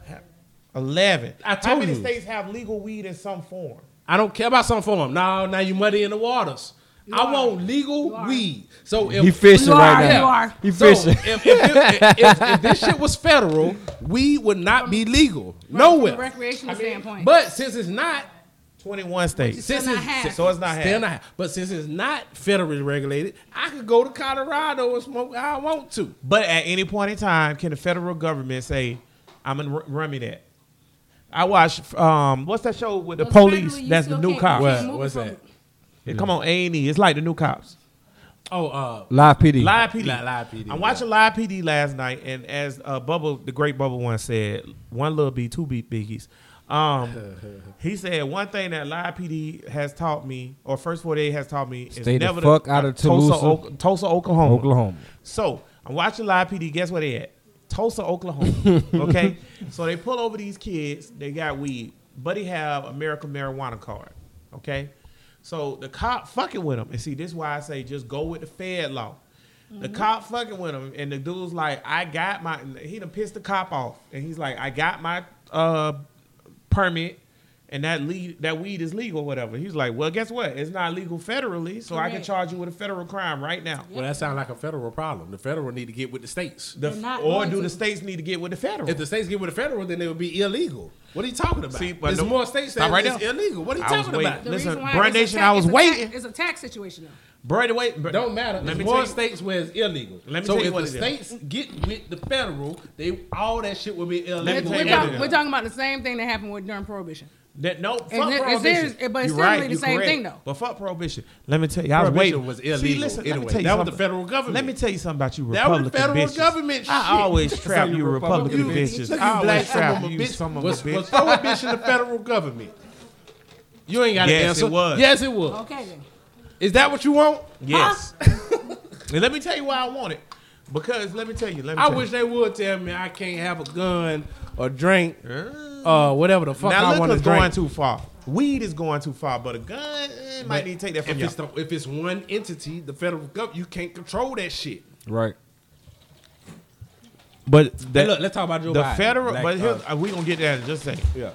11. I how told many you. states have legal weed in some form? I don't care about some form. No, now you muddy in the waters. I want legal are. weed. So if He fishing You right are, now. you are. He So fishing. if, if, if, if- if this shit was federal, weed would not be legal From a nowhere. recreational standpoint. But since it's not, 21 states. since not it's half. So it's not still half. not, but since it's not federally regulated, I could go to Colorado and smoke. how I want to. But at any point in time, can the federal government say, "I'm gonna r- run me that"? I watch um, what's that show with the Well, federally, police? you That's the still new can't- cops. you What? can't move What's from- that? It come on A and E. It's like the new cops. Oh, uh, Live PD. Live PD. Li- Live PD, I'm watching Live PD last night, and as uh, Bubble, the great Bubble one said, one little B, two B biggies. Um, he said one thing that Live PD has taught me, or First 48 has taught me, is Stay the never fuck out of Tulsa, Tulsa, Ok- Tulsa, Oklahoma. Oklahoma. So I'm watching Live PD. Guess where they at? Tulsa, Oklahoma. okay, so they pull over these kids. They got weed, but they have American marijuana card. Okay, so the cop fucking with them, and see this is why I say just go with the Fed law. The cop fucking with him, and the dude's like, "I got my." He done pissed the cop off, and he's like, "I got my uh permit, and that lead that weed is legal, or whatever." He's like, "Well, guess what? It's not legal federally, so I can Correct. charge you with a federal crime right now." well, that sounds like a federal problem. The federal need to get with the states. The, They're not or going do to. the states need to get with the federal? If the states get with the federal, then it would be illegal. What are you talking about? See, but There's no- more states stop that right it's there. illegal. What are you I was talking about? waiting. Listen, reason why Brand it's a Nation, tax- I was it's a waiting. Tax, it's a tax situation though. Brody, wait, bro- Don't matter. There's me more tell you- states where it's illegal. Let me so tell you if what the it is. states get with the federal, they all that shit will be illegal. me It's- tell We're, you talk- what it we're is. talking about the same thing that happened with during prohibition. That no, fuck it- it's prohibition. serious, but it's You still really the you same thing, though. But fuck prohibition. Let me tell you, I was Prohibition waiting. was illegal let me anyway. tell you That was the something. federal government. Let me tell you something about you That was Republican the federal bitches. government I shit. always trap you Republican You- bitches. look, I you black always son trap of a you some of a was, was bitch. prohibition the federal government? You ain't got to Yes, answer. it was. Yes, it was. Okay then. Is that what you want? Yes. And let me tell you why I want it. Because let me tell you, let me I tell wish you. they would tell me I can't have a gun or drink Uh, or whatever the fuck now I want liquor's to going drink. too far. Weed is going too far, but a gun eh, might need to take that from if you. it's, the, if it's one entity, the federal government, you can't control that shit. Right. But hey, look, let's talk about Joe the Biden. federal, Black- but here's, uh, uh, we gonna get that in just a second. yeah.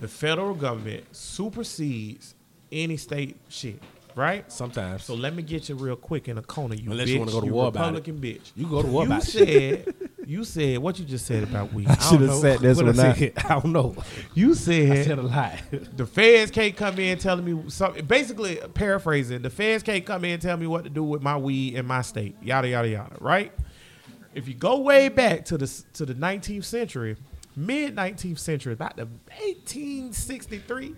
The federal government supersedes any state shit, right? Sometimes. So let me get you real quick in a corner, you Unless bitch, you you, wanna go to war about it. Republican bitch. You go to war you about it. said, you said what you just said about weed. I shoulda don't know. said this What I one out. said. I don't know. You said, a lie. the feds can't come in telling me something. Basically, paraphrasing, the feds can't come in and tell me what to do with my weed in my state. Yada yada yada. Right? If you go way back to the to the 19th century, mid 19th century, about the 1863,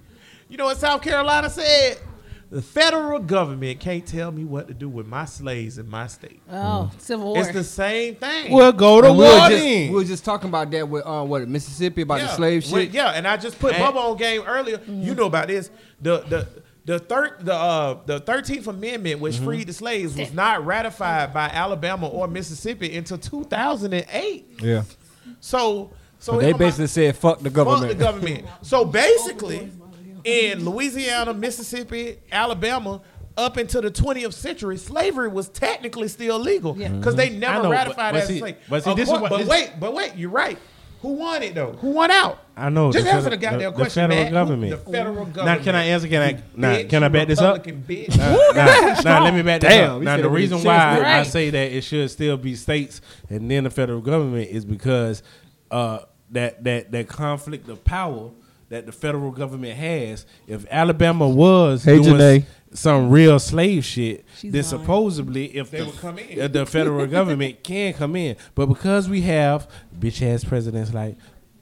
you know what South Carolina said? The federal government can't tell me what to do with my slaves in my state. Oh, Civil War. It's the same thing. Well, go to And we, war were just, then. we were just talking about that with uh, what Mississippi about the slave shit. Well, yeah, and I just put And- Bubba on game earlier. You know about this. The the the third the uh the thirteenth amendment Mm-hmm. which freed the slaves was not ratified by Alabama or Mississippi until two thousand and eight. Yeah. So so They it come out- basically said fuck the government. Fuck the government. So basically, in Louisiana, Mississippi, Alabama, up until the 20th century, slavery was technically still legal because Yeah. they never Mm-hmm. I know, but- ratified but as see- slave. but see, Of this is course- what- but this- wait, but wait, you're right. Who won it though? Who won out? I know. Just answer the federal- goddamn the question, federal man. government. The federal Now, government. can I answer? Can I? Now, Bitch, can I you back this up? Republican bitch. Nah, nah, nah, let me back this Damn, up. he Now, said the it with reason his why chest. I Right. say that it should still be states and then the federal government is because uh, that that that conflict of power that the federal government has. If Alabama was Hey, doing Janae. some real slave shit, She's then lying. supposedly if They the, would come in. if the federal government can come in, but because we have bitch ass presidents like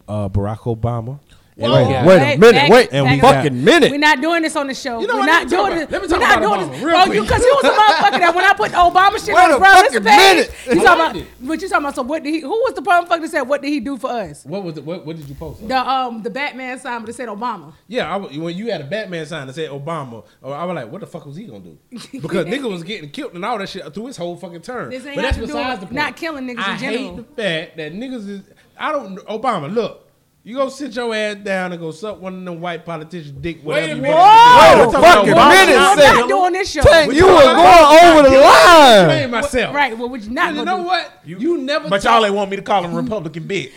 uh, Barack Obama. and we Wait, have- wait a Back- minute, back- wait And we a got- fucking minute. We're not doing this on the show. You know We're what? Let not me talk doing about- this. let me We're talk not about doing Obama this. real Bro, quick. you because you was a motherfucker that when I put the Obama shit Wait on a the brother's fucking page, minute. you talking about what you talking about? So what did he? Who was the motherfucker that said what did he do for us? What was the, what, what did you post? The um the Batman sign, but it said Obama. Yeah, I, wa- when you had a Batman sign that said Obama, or I was like, what the fuck was he gonna do? Because nigga was getting killed and all that shit through his whole fucking term. This ain't but that's got to do with besides the point. not killing niggas I in general. hate the fact that niggas is. I don't. Obama, look. You go sit your ass down and go suck one of them white politicians' dick. Wait a you minute. wanna do. Wait a We're fucking talking about Obama. minute, We're sir. not doing this show. Tank, you were going over the Blame line. myself. Right. Well, would you not And you gonna know do- what? You, never. But y'all ain't want me to call him Republican bitch.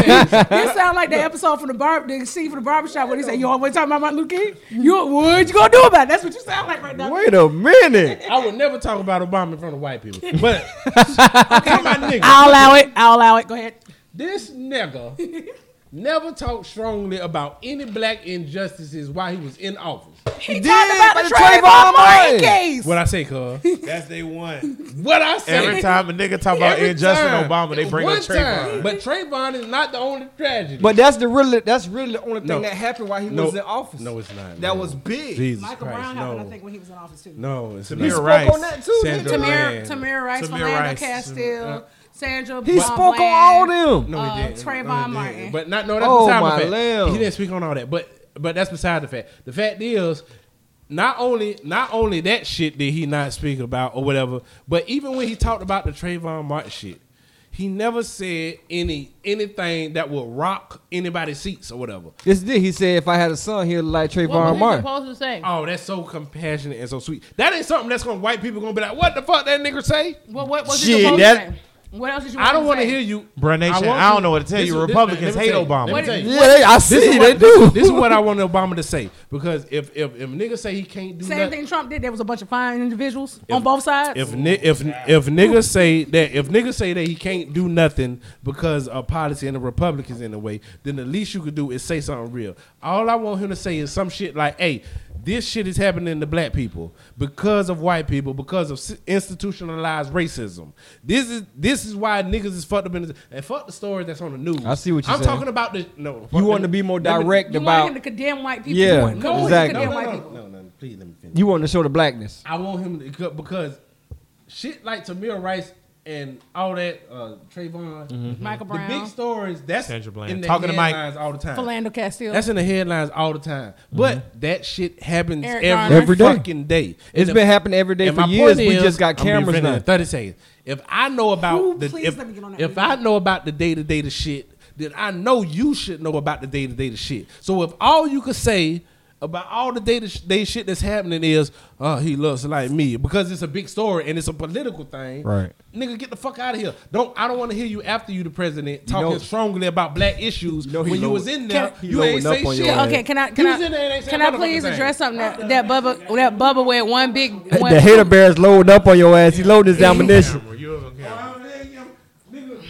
This sound like the episode from the barb, the scene from the barbershop when he said, "You always talking about Martin Luther King? You what you gonna do about it?" That's what you sound like right now. Wait a minute. I would never talk about Obama in front of white people. But come on, nigga. I'll allow it. I'll allow it. Go ahead. This nigga never talked strongly about any black injustices while he was in office. He, did, talked but about the Trayvon Trayvon Martin Martin. case. What I say, cuz. That's they won. What I say. Every time a nigga talk about Every injustice time. and Obama, they bring One up time. Trayvon. But Trayvon is not the only tragedy. But that's the really that's really the only thing No. that happened while he No. was in office. No, it's not. That No. was big. Jesus Michael Christ, Brown no. happened, I think, when he was in office too. No, it's He not. Tamir spoke Rice. on that too. didn't Sandra he? Tamir, Bland. Tamir Rice, Tamir Philando Rice, Castile, uh, Sandra. He spoke on all them. No, Uh, he didn't. Trayvon No, he didn't. Martin. But not no, that's Oh, beside my the fact. lamb. He didn't speak on all that. But but that's beside the fact. The fact is, not only not only that shit did he not speak about or whatever, but even when he talked about the Trayvon Martin shit, he never said any anything that would rock anybody's seats or whatever. Yes, he did. He said if I had a son, he'd like Trayvon Martin. supposed to say? Oh, that's so compassionate and so sweet. That ain't something that's gonna white people gonna be like, what the fuck that nigga say? What, what was Shit, he supposed that- to say? What else did you? I don't want want to hear you, Bruh, Nation, want I don't you- know what to tell this you. is- this- let Republicans me hate tell you. Obama. Let me tell you. Yeah, they, I This see is they what, this do. is- This is what I want Obama to say because if if if niggas say he can't do Same nothing, thing Trump did. There was a bunch of fine individuals on both sides. if ni- if if niggas say that if niggas say that he can't do nothing because of policy and the Republicans in the way, then the least you could do is say something real. All I want him to say is some shit like, "Hey, this shit is happening to black people because of white people because of s- institutionalized racism. This is this is why niggas is fucked up in this, and fuck the story that's on the news. I see what you're I'm saying. talking about. The no, You want to be more Let me- direct you want him about. to condemn white people. Yeah, you want- no, exactly. He condemn No, no, white no, people. no, no, please let me finish. You want to show the blackness. I want him to co- because shit like Tamir Rice and all that uh, Trayvon, Michael the big Brown, stories that's Sandra Bland. in the Talking to Mike. headlines all the time. Philando Castile. That's in the headlines all the time. But Mm-hmm. that shit happens Eric every, Garner. Every day. fucking day. It's And been if- happening every day and for my years. point We is- just got I'm cameras reading it in now. Thirty seconds. If I know about Ooh, the please if, let me get on that if reading. I know about the day to day to shit, then I know you should know about the day to day to shit. So if all you could say about all the day to day shit that's happening is, oh, he looks like me because it's a big story and it's a political thing. Right. Nigga, get the fuck out of here. Don't I don't want to hear you after you the president know- talking strongly about black issues know he when you lowered- was in there. Can- he you ain't loading say up on shit. your ass. okay, can I You can was in there and I, ain't saying can I motherfucking please thing. address something that, that Bubba that Bubba with one big one, The hater bear's loading up on your ass. He loading his ammunition. Camera, you on camera.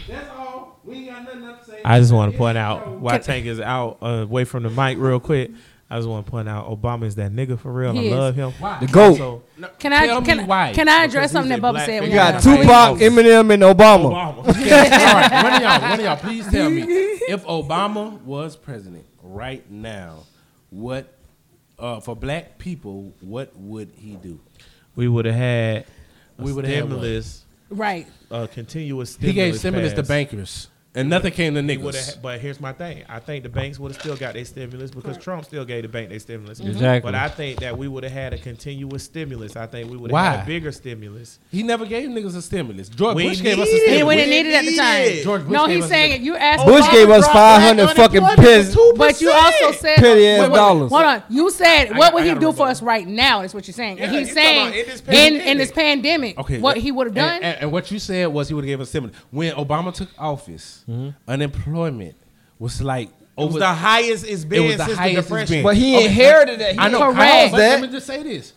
That's all. We ain't got nothing else to say. I just want to point out why Tank is out uh, away from the mic real quick. I just want to point out Obama is that nigga for real. and I He is. love him. The GOAT. So, Can I Tell me can, why. I can I address he's something a that Bubba black said? figure. You when he got was on the Tupac, Eminem, and Obama. Obama. Okay, all right, one of y'all, one of y'all, please tell me if Obama was president right now, what uh, for black people, what would he do? we would have had We we would've had stimulus, show? Right. uh, continuous He stimulus. gave stimulus to passed. bankers. and nothing came to Would niggas. have, but here's my thing. I think the banks would have still got their stimulus because Trump still gave the bank their stimulus. Exactly. But I think that we would have had a continuous stimulus. I think we would Why? have had a bigger stimulus. He never gave niggas a stimulus. George We Bush gave us needed- a He stimulus. wouldn't need it at the time. George Bush no, gave he's us saying the- if you asked. Bush gave us five hundred fucking piss, But you also said petty ass Wait, wait, dollars. Hold on. You said what got- would I he gotta do for remember. us right now? That's what you're saying. and Yeah, he's you talking saying about in this in, pandemic. in this pandemic, Okay, what that- he would have done. And, and, and what you said was he would have given a stimulus when Obama took office. Mm-hmm. Unemployment was like It over was the highest it's been the since the highest it's depression. been. But he Okay, inherited that. He I know. Correct. I know, but That- Let me just say this: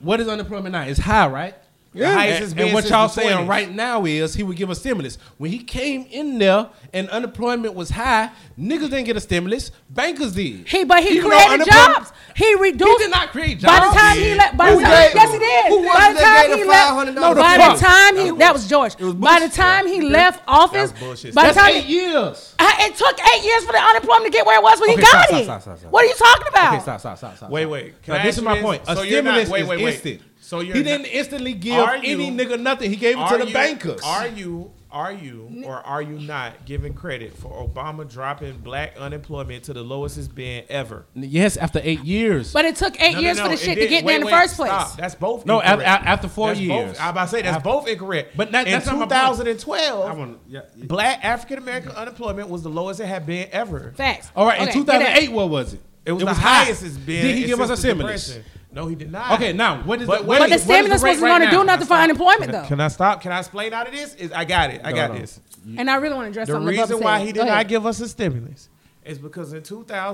What is unemployment now? It's high, right? Yeah. And- Highest it's And, been what since y'all the saying 20s. right now is he would give a stimulus. When he came in there and unemployment was high, niggas didn't get a stimulus. Bankers did. He, but he Even though created unemployment- jobs. He reduced. He did not create By the jobs. time he Did. left, by Who the time, gave- yes, he did. who was by it the that time gave he the left, $500 by Bush? the time he that was George. was By the Bush. time he left office, bullshit. by the That's time eight years. I- it took eight years for the unemployment to get where it was when he Okay, got stop, stop, it. stop, stop, stop. What are you talking about? Okay, stop, stop, stop, stop. Wait, stop. wait. Can Now, I this ask is you my this? point. A So you're not- stimulus wait, is wait, wait. instant. So you're he not- didn't instantly give Are you- any nigga nothing. He gave it to the you, bankers. Are you, are you, or are you not giving credit for Obama dropping black unemployment to the lowest it's been ever? yes, after eight years. But it took eight No, no, years no, for the it shit to didn't. get Wait, there in the wait, first place. stop. That's both. No, af- incorrect. af- after four That's both- years. I about to say that's After- both incorrect. But that- in that's not my point. 2012, I wanna- yeah, yeah. black African American unemployment was the lowest it had been ever. Facts. All right, in Okay, get that. 2008, what was it? It was, the high. highest it's been. Did he give us since a the stimulus? Depression. No, he did not. Okay, now what is But the wait, what But the is- what is stimulus the rate wasn't right going to now? do nothing for unemployment though. Can I stop? Can I explain out of this? Is I got it. I No, got no. this. And I really want to address The something. Bubba reason said. why he Go did ahead. not give us a stimulus is because in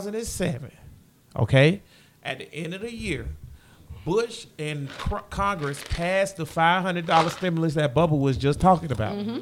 2007, okay, at the end of the year, Bush and cr- Congress passed the $500 stimulus that Bubba was just talking about. Mm-hmm.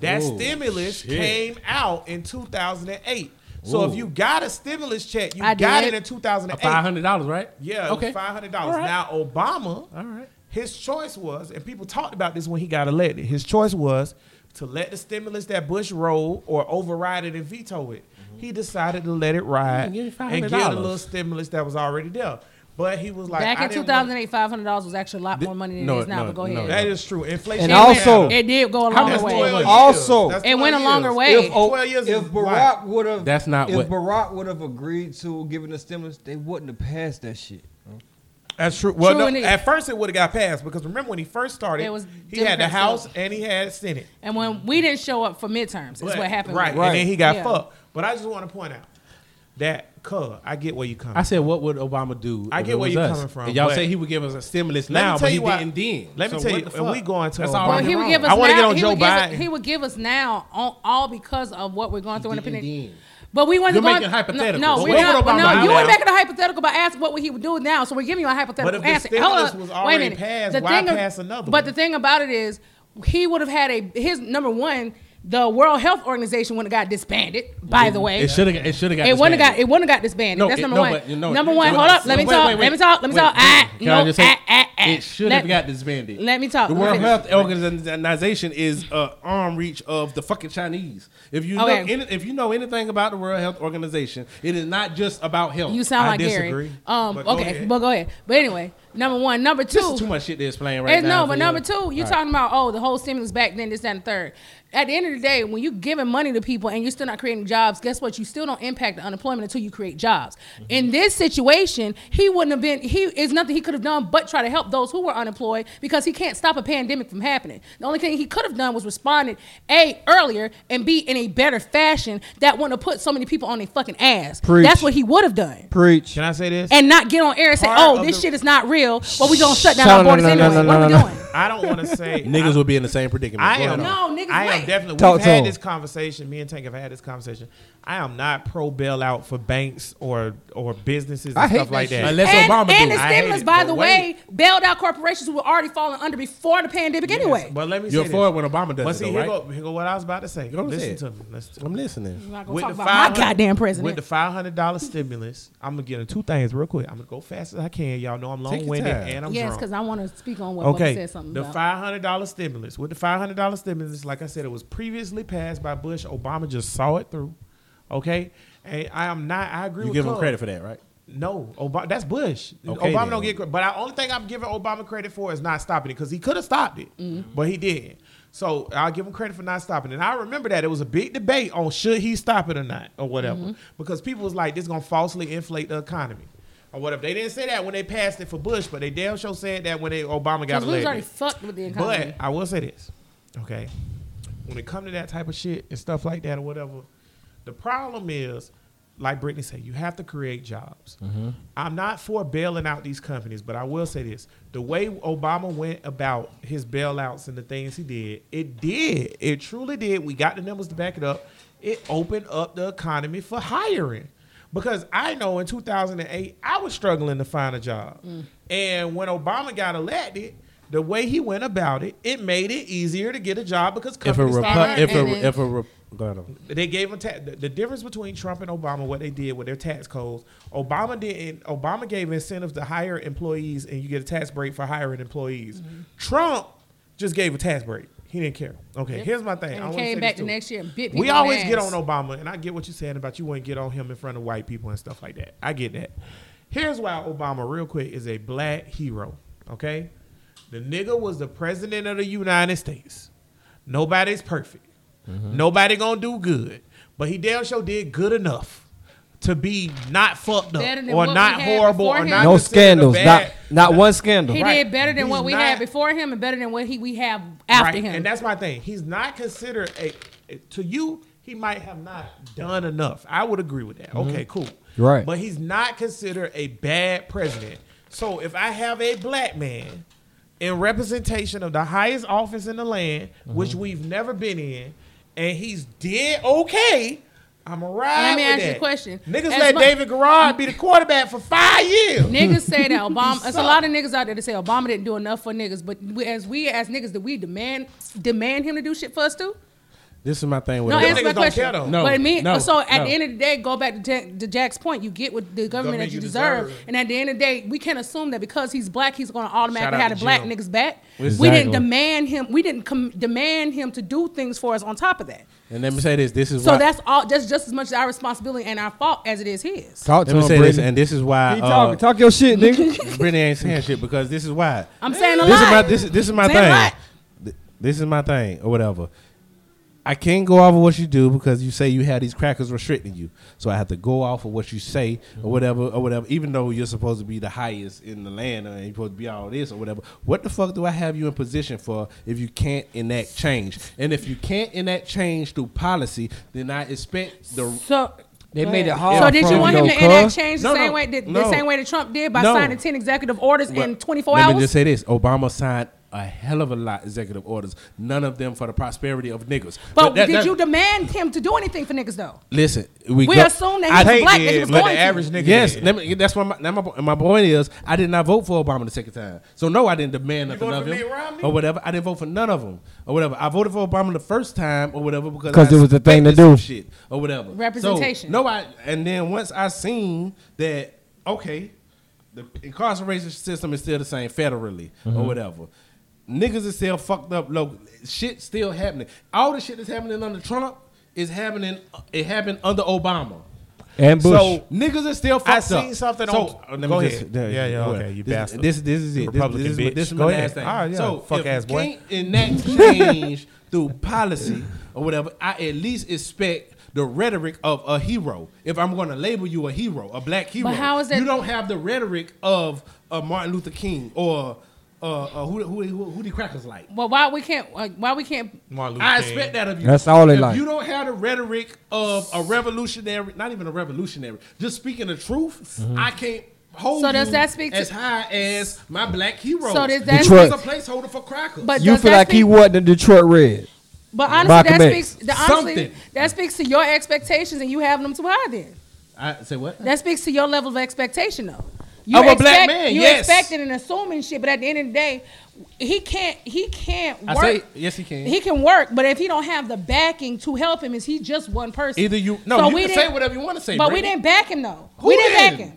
That Ooh, stimulus shit. came out in 2008. So Ooh. if you got a stimulus check, you I got did. it in 2008. Five hundred dollars, right? Yeah, Okay. okay. five hundred All dollars. right. Now Obama, All right. his choice was, and people talked about this when he got elected. His choice was to let the stimulus that Bush rolled or override it and veto it. Mm-hmm. He decided to let it ride You can give me and give a $500. little stimulus that was already there. But he was like, Back I in didn't 2008, five hundred dollars was actually a lot Th- more money than no, it is now. no, but go no, ahead. want- that is true. Inflation. And It went- also- it did go a How longer much way. oil Twelve is- years. Also- That's It went a twelve longer years. way. If, O- Twelve years if is Barack would have, That's not if what- Barack would have agreed to giving the stimulus, they wouldn't have passed that shit. That's true. Well, True no, indeed. at first it would have got passed because remember when he first started, It was he had the Democrats House still. and he had Senate. And when we didn't show up for midterms, is But- what happened. Right. Right. And then he got Yeah. fucked. But I just want to point out that, cuz, I get where you come I said, what would Obama do? I if get it where was you're us? coming from, And y'all but- say he would give us a stimulus Let me now, tell but he you why- didn't then. let me So tell what you, the and fuck? we going to That's a- all Well, Right. he would wrong. give us. I wanna now- get on he Joe would give us- Biden. he would give us now on all because of what we're going through in the did and pandemic. did. But we want You're to go making No, hypotheticals. But no, what we're would not, Obama no do you now? were making a hypothetical by asking what would he would do now. So we're giving you a But hypothetical if the answer. stimulus Hold was on. Wait a already minute. passed, the why thing of- pass another But one? the thing about it is, he would have had a his number one. The World Health Organization wouldn't have got disbanded. By the way, It should have. It should have got. it wouldn't have got disbanded. it wouldn't have got disbanded. No, That's it- number no, one. but, you know, number it- one. it- Hold up. Let me wait, talk. wait, wait. Let me talk. Let me Wait, talk. wait. Ah, Can I no. just say- Ah, ah, ah. It should Let- have got disbanded. Let me talk. The Let me World finish. Health Organization is uh, arm reach of the fucking Chinese. If you Okay. know any, if you know anything about the World Health Organization, it is not just about health. You sound I like disagree, Gary. Um, but go okay, ahead. but go ahead. But anyway, number one, number two. this is too much shit to explain right It's- now. Eh, no, but for number you. two, you're All right. talking about oh the whole stimulus back then, this that, and the third. At the end of the day, when you're giving money to people and you're still not creating jobs, guess what? You still don't impact the unemployment until you create jobs. In this situation, he wouldn't have been. He is nothing he could have done but try to help those who were unemployed because he can't stop a pandemic from happening. The only thing he could have done was responded a earlier and b in a better fashion that wouldn't have put so many people on their fucking ass. Preach. That's what he would have done Preach. Can I say this? and not get on air and say, Part "Oh, of this the- shit is not real." Well, we gonna shut down Shut our up, borders no, no, no, anyway. no, what no, are we no. doing? I don't want to say niggas will be in the same predicament. I Go am ahead. No, niggas, I am wait. definitely. Talk we've to had him. this conversation. Me and Tank have had this conversation. I am not pro bailout for banks or or businesses and I hate stuff that like shit. that. Unless and, Obama and do the it. I hate stimulus, it, by but the way, wait. bailed out corporations who were already falling under before the pandemic anyway. But let me You're say for it this. when Obama does But it, see, though, here, right? go, here go what I was about to say. Go Listen ahead. to me. Listen to me. I'm listening. I'm not gonna With talk the about my 500 goddamn president. With the five hundred dollar stimulus, I'm gonna get into two things real quick. I'm gonna go fast as I can. Y'all know I'm Take your long winded time. and I'm yes, drunk. because I want to speak on what Bubba Okay, said something the about. five hundred dollar stimulus. With the five hundred dollar stimulus, like I said, it was previously passed by Bush. Obama just saw it through. Okay, and I am not. I agree. You with give him Cub. credit for that, right? No, Obama. That's Bush. Okay, Obama then. Mm-hmm. don't get credit. But the only thing I'm giving Obama credit for is not stopping it because he could have stopped it, but he didn't. So I'll give him credit for not stopping. And I remember that it was a big debate on should he stop it or not or whatever, Mm-hmm. because people was like, "This gonna falsely inflate the economy." Or whatever. They didn't say that when they passed it for Bush, but they damn sure said that when they Obama got Because we was elected. already fucked with the economy. But I will say this, okay? When it come to that type of shit and stuff like that or whatever, the problem is, like Brittany said, you have to create jobs. I'm not for bailing out these companies, but I will say this: the way Obama went about his bailouts and the things he did, it did, it truly did. We got the numbers to back it up. It opened up the economy for hiring. Because I know in 2008, I was struggling to find a job. And when Obama got elected, the way he went about it, it made it easier to get a job because If a companies started Repu- if and a then- if a Re- go ahead, on. they gave them ta- the, the difference between Trump and Obama, what they did with their tax codes. Obama didn't. Obama gave incentives to hire employees, and you get a tax break for hiring employees. Mm-hmm. Trump just gave a tax break. He didn't care. Okay, here's my thing. And I wanna came say back the this too. next year and bit We people always in the get on ass. Obama, and I get what you're saying about you wouldn't get on him in front of white people and stuff like that. I get that. Here's why Obama, real quick, is a black hero. Okay, the nigga was the president of the United States. Nobody's perfect. Mm-hmm. Nobody gonna do good, but he damn sure did good enough to be not fucked up Better than or what not we had horrible or beforehand. not No considered a scandals. Not bad- not one scandal. He Right. did better than He's what we not- had before him and better than what he we have after Right, him. And that's my thing. He's not considered a, a- to you. He might have not done enough. I would agree with that. Okay, cool. Right. But he's not considered a bad president. So if I have a black man in representation of the highest office in the land, which we've never been in, and he's did okay. I'm a Let ride. me with ask you that. a question. Niggas As let mu- David Garrard be the quarterback for five years. Niggas say that Obama. There's a suck. lot of niggas out there that say Obama didn't do enough for niggas, but we, as we as niggas, do we demand demand him to do shit for us too? This is my thing with No, Obama. answer niggas my don't question. care, though. No, but me, no, so at no. the end of the day, go back to, Jack, to Jack's point. You get what the government Government that you you deserve, deserve. and at the end of the day, we can't assume that because he's black, he's going to automatically out have to the black Jim. niggas back. We Exactly. didn't demand him. We didn't com- demand him to do things for us. On top of that, And let me say this: this is so why. that's all. That's just as much our responsibility and our fault as it is his. Talk to let me him, say this, Brittany. and this is why. He uh, talk, talk your shit, nigga. Brittany ain't saying shit because this is why. I'm saying a this is lot. my this is this is my Say a lot. thing. Th- This is my thing or whatever. I can't go off of what you do because you say you have these crackers restricting you. So I have to go off of what you say or whatever or whatever. Even though you're supposed to be the highest in the land and you're supposed to be all this or whatever. What the fuck do I have you in position for if you can't enact change? And if you can't enact change through policy, then I expect the So They Go made it ahead. hard So did for you him, want him though, to enact cuz. change the No, same no, way that, the no. same way that Trump did by No. signing ten executive orders in Well, twenty four let hours? me just say this: Obama signed a hell of a lot executive orders. None of them for the prosperity of niggas. but that- did that- you demand him to do anything for niggas though? listen? We, We go- assume that I he's think- black. That he was but the going average to. nigga Yes, did. let me, that's why my, now my, po- my point is I did not vote for Obama the second time. So no, I didn't demand nothing voted of for him Mitt Romney? or whatever. I didn't vote for none of them or whatever. I voted for Obama the first time or whatever because 'Cause I it was the thing to expected do. some shit or whatever. So, Representation. no, I and then once I seen that okay, the incarceration system is still the same federally or whatever. Niggas is still fucked up. Local shit still happening. All the shit that's happening under Trump is happening. It happened under Obama. and Bush. So niggas are still fucked I up. seen something So, on- uh, let me go just- ahead. there- Yeah, yeah, go okay, ahead. you this, bastard. This, this is it. This- Republican this, is my- bitch. This is Go my ahead. last thing. Ah, yeah, So fuck if ass you boy. can't enact change through policy or whatever, I at least expect the rhetoric of a hero. If I'm going to label you a hero, a black hero, But how is that- You don't have the rhetoric of uh, Martin Luther King or uh, uh, who, who, who, who the crackers like. Well, why we can't? uh, Why we can't? Martin Luther I King. expect that of you. That's all they if like. You don't have the rhetoric of a revolutionary, not even a revolutionary, just speaking the truth. I can't hold So does you that speak to- as high as my black hero. So does that Detroit. a placeholder for crackers. But you does feel that like he speak- wasn't the Detroit Red. But honestly, Malcolm that X. speaks. The, honestly, Something. that speaks to your expectations, and you having them too high. Then I say what? that speaks to your level of expectation, though. You Of a black man, you yes. expecting and assuming shit, but at the end of the day, he can't. He can't I work. say yes, he can. He can work, but if he don't have the backing to help him, is he just one person? Either you no, So you we can say didn't- whatever you want to say. But we Brittany. didn't back him though. Who we didn't back didn't? him.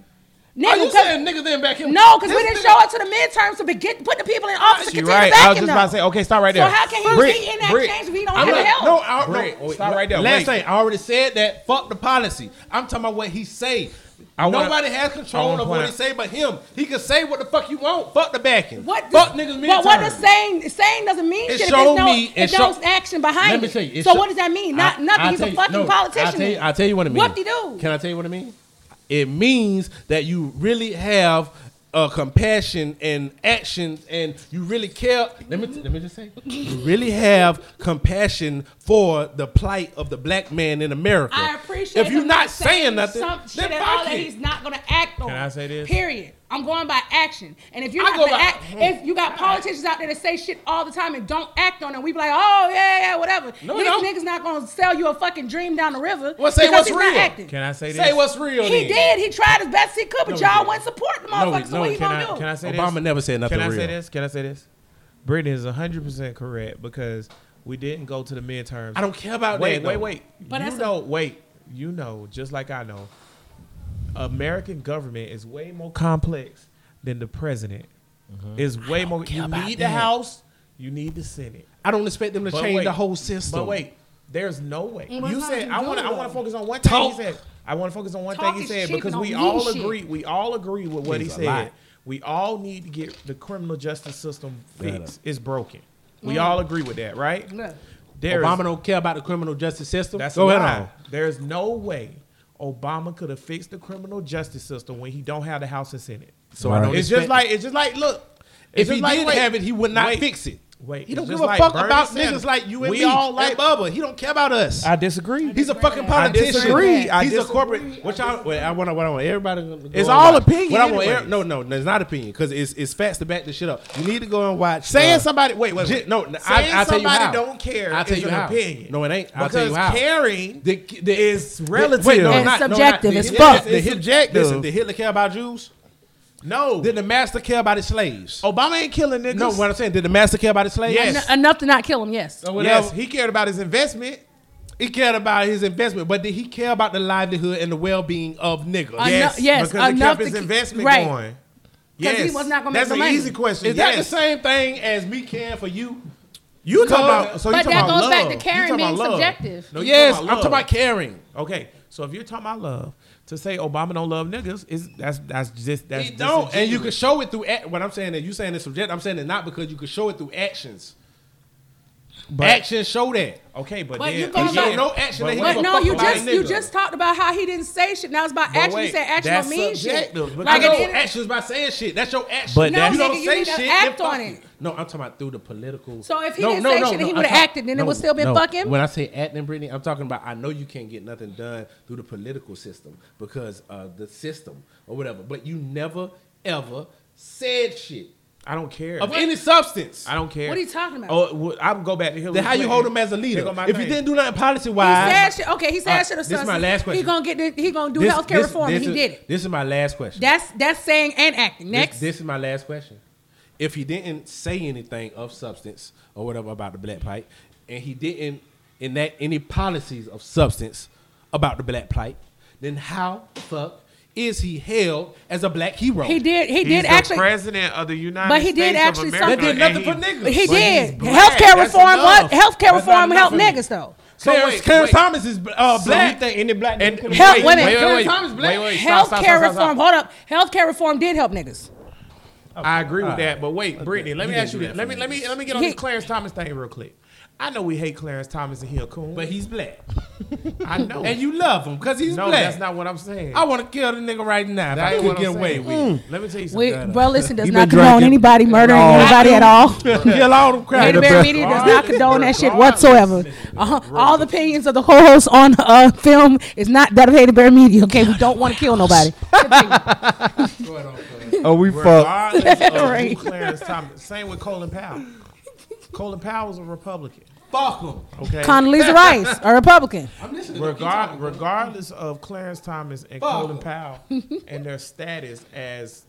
Are Nigga, you 'cause- saying nigga then back him? no, because we This didn't nigga- show up to the midterms to be get, put the people in office to She continue right. backing I was just them. about to say, okay, stop right So there. how can he Britt, be in that Britt, change if he don't I'm have not- help? No, I, Britt, no, wait, stop wait. right there. Last Wait. thing, I already said that. Fuck the policy. I'm talking about what he say. I wanna- Nobody I has control wanna of point what he out- say but him. He can say what the fuck you want. Fuck the backing. What fuck does- niggas But what midterm. does saying saying doesn't mean It shit if showed there's no me- it if show- there's action behind Let me it. tell you. it so show- what does that mean? Not I- nothing. I'll He's tell a you- fucking no, politician. I'll tell, you, I'll tell you what it means. What do do? Can I tell you what it means? It means that you really have uh, compassion and actions, and you really care. Let me let me just say, you really have compassion for the plight of the black man in America. I appreciate If you're him not saying nothing, some then shit at all fuck that it. he's not gonna act on. Can I say this? Period. I'm going by action, and if you're I not go gonna by- act, if you got politicians out there that say shit all the time and don't act on it, we be like, oh yeah, yeah, whatever. No, These no. niggas not gonna sell you a fucking dream down the river. Well, say because what's he's real. Not acting. Can I say this? Say what's real. He then. did. He tried his best he could, but No, he y'all didn't. wouldn't support the No, motherfuckers. he- so no, what he you Can gonna I, do? can I say this? Obama never said nothing Can I real. say this? Can I say this? Brittany is 100% correct because we didn't go to the midterms. I don't care about wait, that. Wait, though. wait, But you that's a- know, wait. You know, just like I know, American government is way more complex than the president. Mm-hmm. It's way more. You need the House, you need the Senate. I don't expect them to But change wait, the whole system. But wait, there's no way. And what's You not said to I do, want to. I though? want to focus on one thing Talk. he said. I want to focus on one Talk thing he is said cheap because and we don't all mean shit. agree. We all agree with what he Means a lot. said. We all need to get the criminal justice system fixed. It's broken. We all agree with that, right? Look. There is- Obama don't care about the criminal justice system. that's Go why ahead on. There's no way Obama could have fixed the criminal justice system when he don't have the House and Senate. So Right. I don't It's just expect- like it's just like look. If it's he just like, did wait, have it, he would not wait, fix it. Wait, He it's don't give just a like fuck Bernie about Sanders. niggas like you and we me. all and like Bubba. He don't care about us. I disagree. He's a fucking I politician. disagree. I He's a disagree. corporate. Which I, wait, I want. What I want everybody. to go It's and all watch. opinion What I want. anyways. every- No, no, no, it's not opinion because it's it's facts to back this shit up. You need to go and watch. Saying uh, somebody wait wait, Ji- wait. no, n- saying I- I'll tell you somebody how. don't care I'll tell is you an how. opinion. No, it ain't. I'll because tell you how. caring The- the- is the- relative. wait, no, And not- no, not- subjective the as Hitler- fuck. the Hit- Subjective. Listen, did Hitler care about Jews? no. Did the master care about his slaves? Obama ain't killing niggas. No, what I'm saying, did the master care about his slaves? Yes. En- enough to not kill him. Yes. Or whatever. yes, he cared about his investment. He cared about his investment, but did he care about the livelihood and the well-being of niggas? Eno- Yes, yes, because he enough kept his to keep- investment right. going. Because Yes, he was not gonna make That's no an money. easy question. Is that the yes. same thing as me caring for you? You talking Love. about? So you But talking that about goes back love. to You caring talking about being love. subjective. No, you yes, talking I'm talking love. about caring. Okay, so if you're talking about love, to say Obama don't love niggas is that's that's just that's He don't, and you can disingenuous. show it through. Act- what I'm saying that you saying it's subjective. I'm saying it not because you can show it through actions. But- actions show that. Okay, but, But then, you going again- back- Show no action that he wait, give But a no, fuck you about just a you nigga. just talked about how he didn't say shit. Now it's about action. wait, you said action that's don't mean shit. subjective, because- I Like know at the end of- actions by saying shit. That's your action. But that's- you don't No, nigga, you say need to shit. then act fuck on you. it. No, I'm talking about through the political. So if he no, didn't no, say no, shit, no, he I'm would've talk- acted, then it would still been no. fuck him? When I say acting, Brittany, I'm talking about. I know you can't get nothing done through the political system because uh, the system or whatever. But you never ever said shit I don't care. of any substance. I don't care. What are you talking about? Oh, well, I would go back to Hillary. Then how you Clinton. hold him as a Here leader? go my If you thing. didn't do nothing policy He wise, said shit. Okay, he said Alright, shit. Or this is my something. last He question. gonna get. The, he gonna do this, healthcare this- reform. This and he is, did it. This is my last question. That's that's saying and acting. This- Next. This, is my last question. If he didn't say anything of substance or whatever about the black plight, and he didn't enact any policies of substance about the black plight, then how the fuck is he held as a black hero? he did. He He's did the actually. president of the United But he did States of actually America, That something. did nothing and for niggas. He But he's did. black. Healthcare That's reform. What? enough. Healthcare That's not reform enough helped for me. niggas though. So So Clarence, wait, Clarence wait. Thomas is uh, So black. you think any black nigga could've- Help women. Wait, wait, wait. Clarence Thomas black. Wait, wait. Stop, stop, Healthcare stop, stop, reform. stop. Hold up. Healthcare reform did help niggas. I agree with that, but wait, Brittany, let me You ask you this. didn't do Let me that let for me let me get on He- this Clarence Thomas thing real quick. I know we hate Clarence Thomas and Hill Coon, But he's black. I know. And you love him because he's no, black. that's not what I'm saying. I want to kill the nigga right now. That If I ain't could what get I'm away saying. with it. Let me tell you We, something. bro, listen, does You not been condone drinking? anybody murdering No. anybody at all. kill all them crowds. Hater Bear Media does not Regardless, condone that shit regardless. whatsoever. Uh, all the opinions of the co-hosts on uh, film is not that of Hater Bear Media. Okay, we don't want to kill nobody. Oh, we fucked. Regardless of who Right. Clarence Thomas. Same with Colin Powell. Colin Powell's a Republican. Fuck them. Okay. Condoleezza Rice, a Republican. I'm listening. to what Regard, regardless of Clarence Thomas and Fuck Colin 'em. Powell and their status as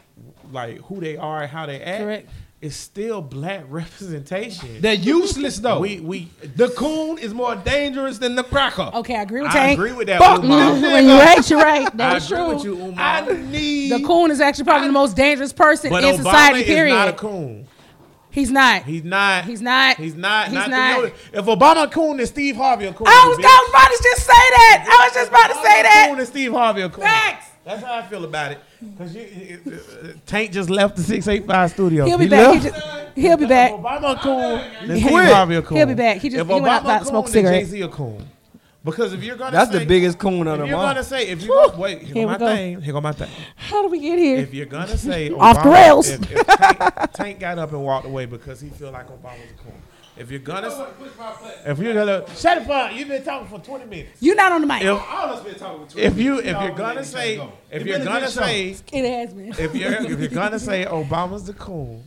like who they are and how they act, Correct. it's still black representation. They're useless though. we we the coon is more dangerous than the cracker. Okay, I agree with I Tank. agree with that. Fuck Umar. when you're right, you're right. I That's agree true. with you, Umar. I need The coon is actually probably the most dangerous person but in Obama society. Period. is not a coon. He's not. He's not. He's not. He's not. He's not Oh, to not. know- If Obama a coon, then Steve Harvey a coon. I was, bitch. I was about to just say that. I was just about to say Coon that. and Steve Harvey are cool. Facts. That's how I feel about it. Cause you, it- it- Tank just left the six eight five studio. He'll be He back. He left. just, he'll be back. If Obama cool. Then Steve quit. Harvey a cool. He'll be back. He just- if he went outside to smoke a cigarette. Jay Z a cool. Because if you're gonna That's the say- biggest coon of If them you're all. gonna say if you gonna, wait, here, Here go my we go. thing. Here go my thing. How do we get here? If you're gonna say Obama, Off the rails. If, if Tank, Tank got up and walked away because he feel like Obama's a cool. If you're gonna, s- if you're gonna shut up, uh, you've been talking for twenty minutes. You're not on the mic. If Oh, All us been talking with if you if you're gonna say if you're gonna say It has been. if you're if you're gonna say Obama's the coon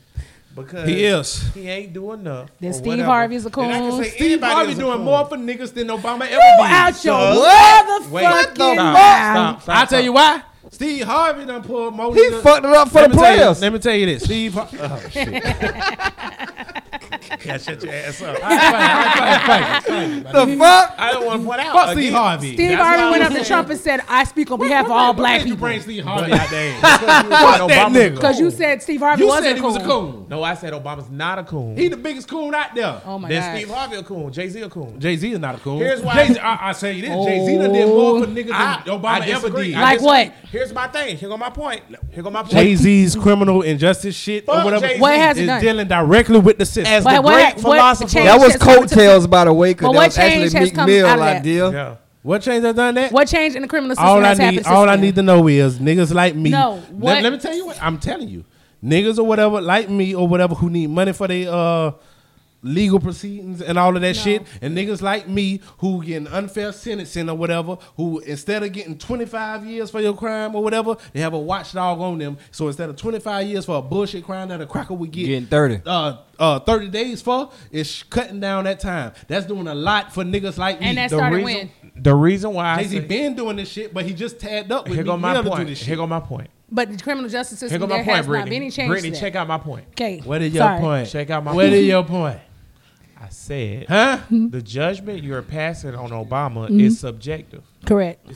because He is. he ain't doing enough. Then or Steve whatever, Harvey's a then I can coon. say Steve anybody Harvey is a doing coon. more for niggas than Obama ever Who did. out your Son. motherfucking Wait, what the- mouth? I tell you why. Steve Harvey done pulled more. He niggas- fucked it up for the Let me tell you- players. let me tell you this, Steve. Har- oh, shit. Yeah, shut your ass up. All right, fine, fine, fine, fine. The fuck? I don't want to point out. Fuck Steve again, Harvey. Steve Harvey went up to Trump and said, "I speak on behalf of all black You people." bring Steve Harvey out there. Fuck that nigga. Because you said Steve Harvey You wasn't said he was a cool. coon. No, I said Obama's not a coon. He the biggest coon out there. Oh my then god. Steve Harvey a coon. Jay Z a coon. Jay Z is not a coon. Here's why- Jay-Z, I, I say this. Jay Z done did more for niggas than Oh. I- Obama I ever disagree. did. I Like disagree. what? Here's my thing. Here go my point. Here go my point. Jay Z's criminal injustice shit Fuck or whatever Jay-Z. What has it is done? dealing directly with the system. As But the what- great what philosopher, change- That was has come to- coattails, by the way, But because what that was change actually has Meek come out Mill of that? idea. Yeah. what change has done that? What changed in the criminal system all I has happened need, since all I then? need to know is niggas like me. No, Let- what- Let, me tell you what I'm telling you, niggas or whatever like me or whatever who need money for their uh, legal proceedings and all of that shit, and niggas like me who getting unfair sentencing or whatever, who instead of getting 25 years for your crime or whatever, they have a watchdog on them. So instead of 25 years for a bullshit crime that a cracker would get, Getting 30. uh, uh, 30 days for, is cutting down that time. That's doing a lot for niggas like me. And that The started reason- when? The reason why I Jay Z say- been doing this shit, but he just tagged up with here Meek go my Mill to point. do this Here shit. go my point. But the criminal justice Here system go my there point, has not been Brittany. any change. Brittany, to that. check out my point. Okay. What is your Sorry. point? Check out my What point. is your point? I said, Huh? the judgment you're passing on Obama Mm-hmm. is subjective. Correct.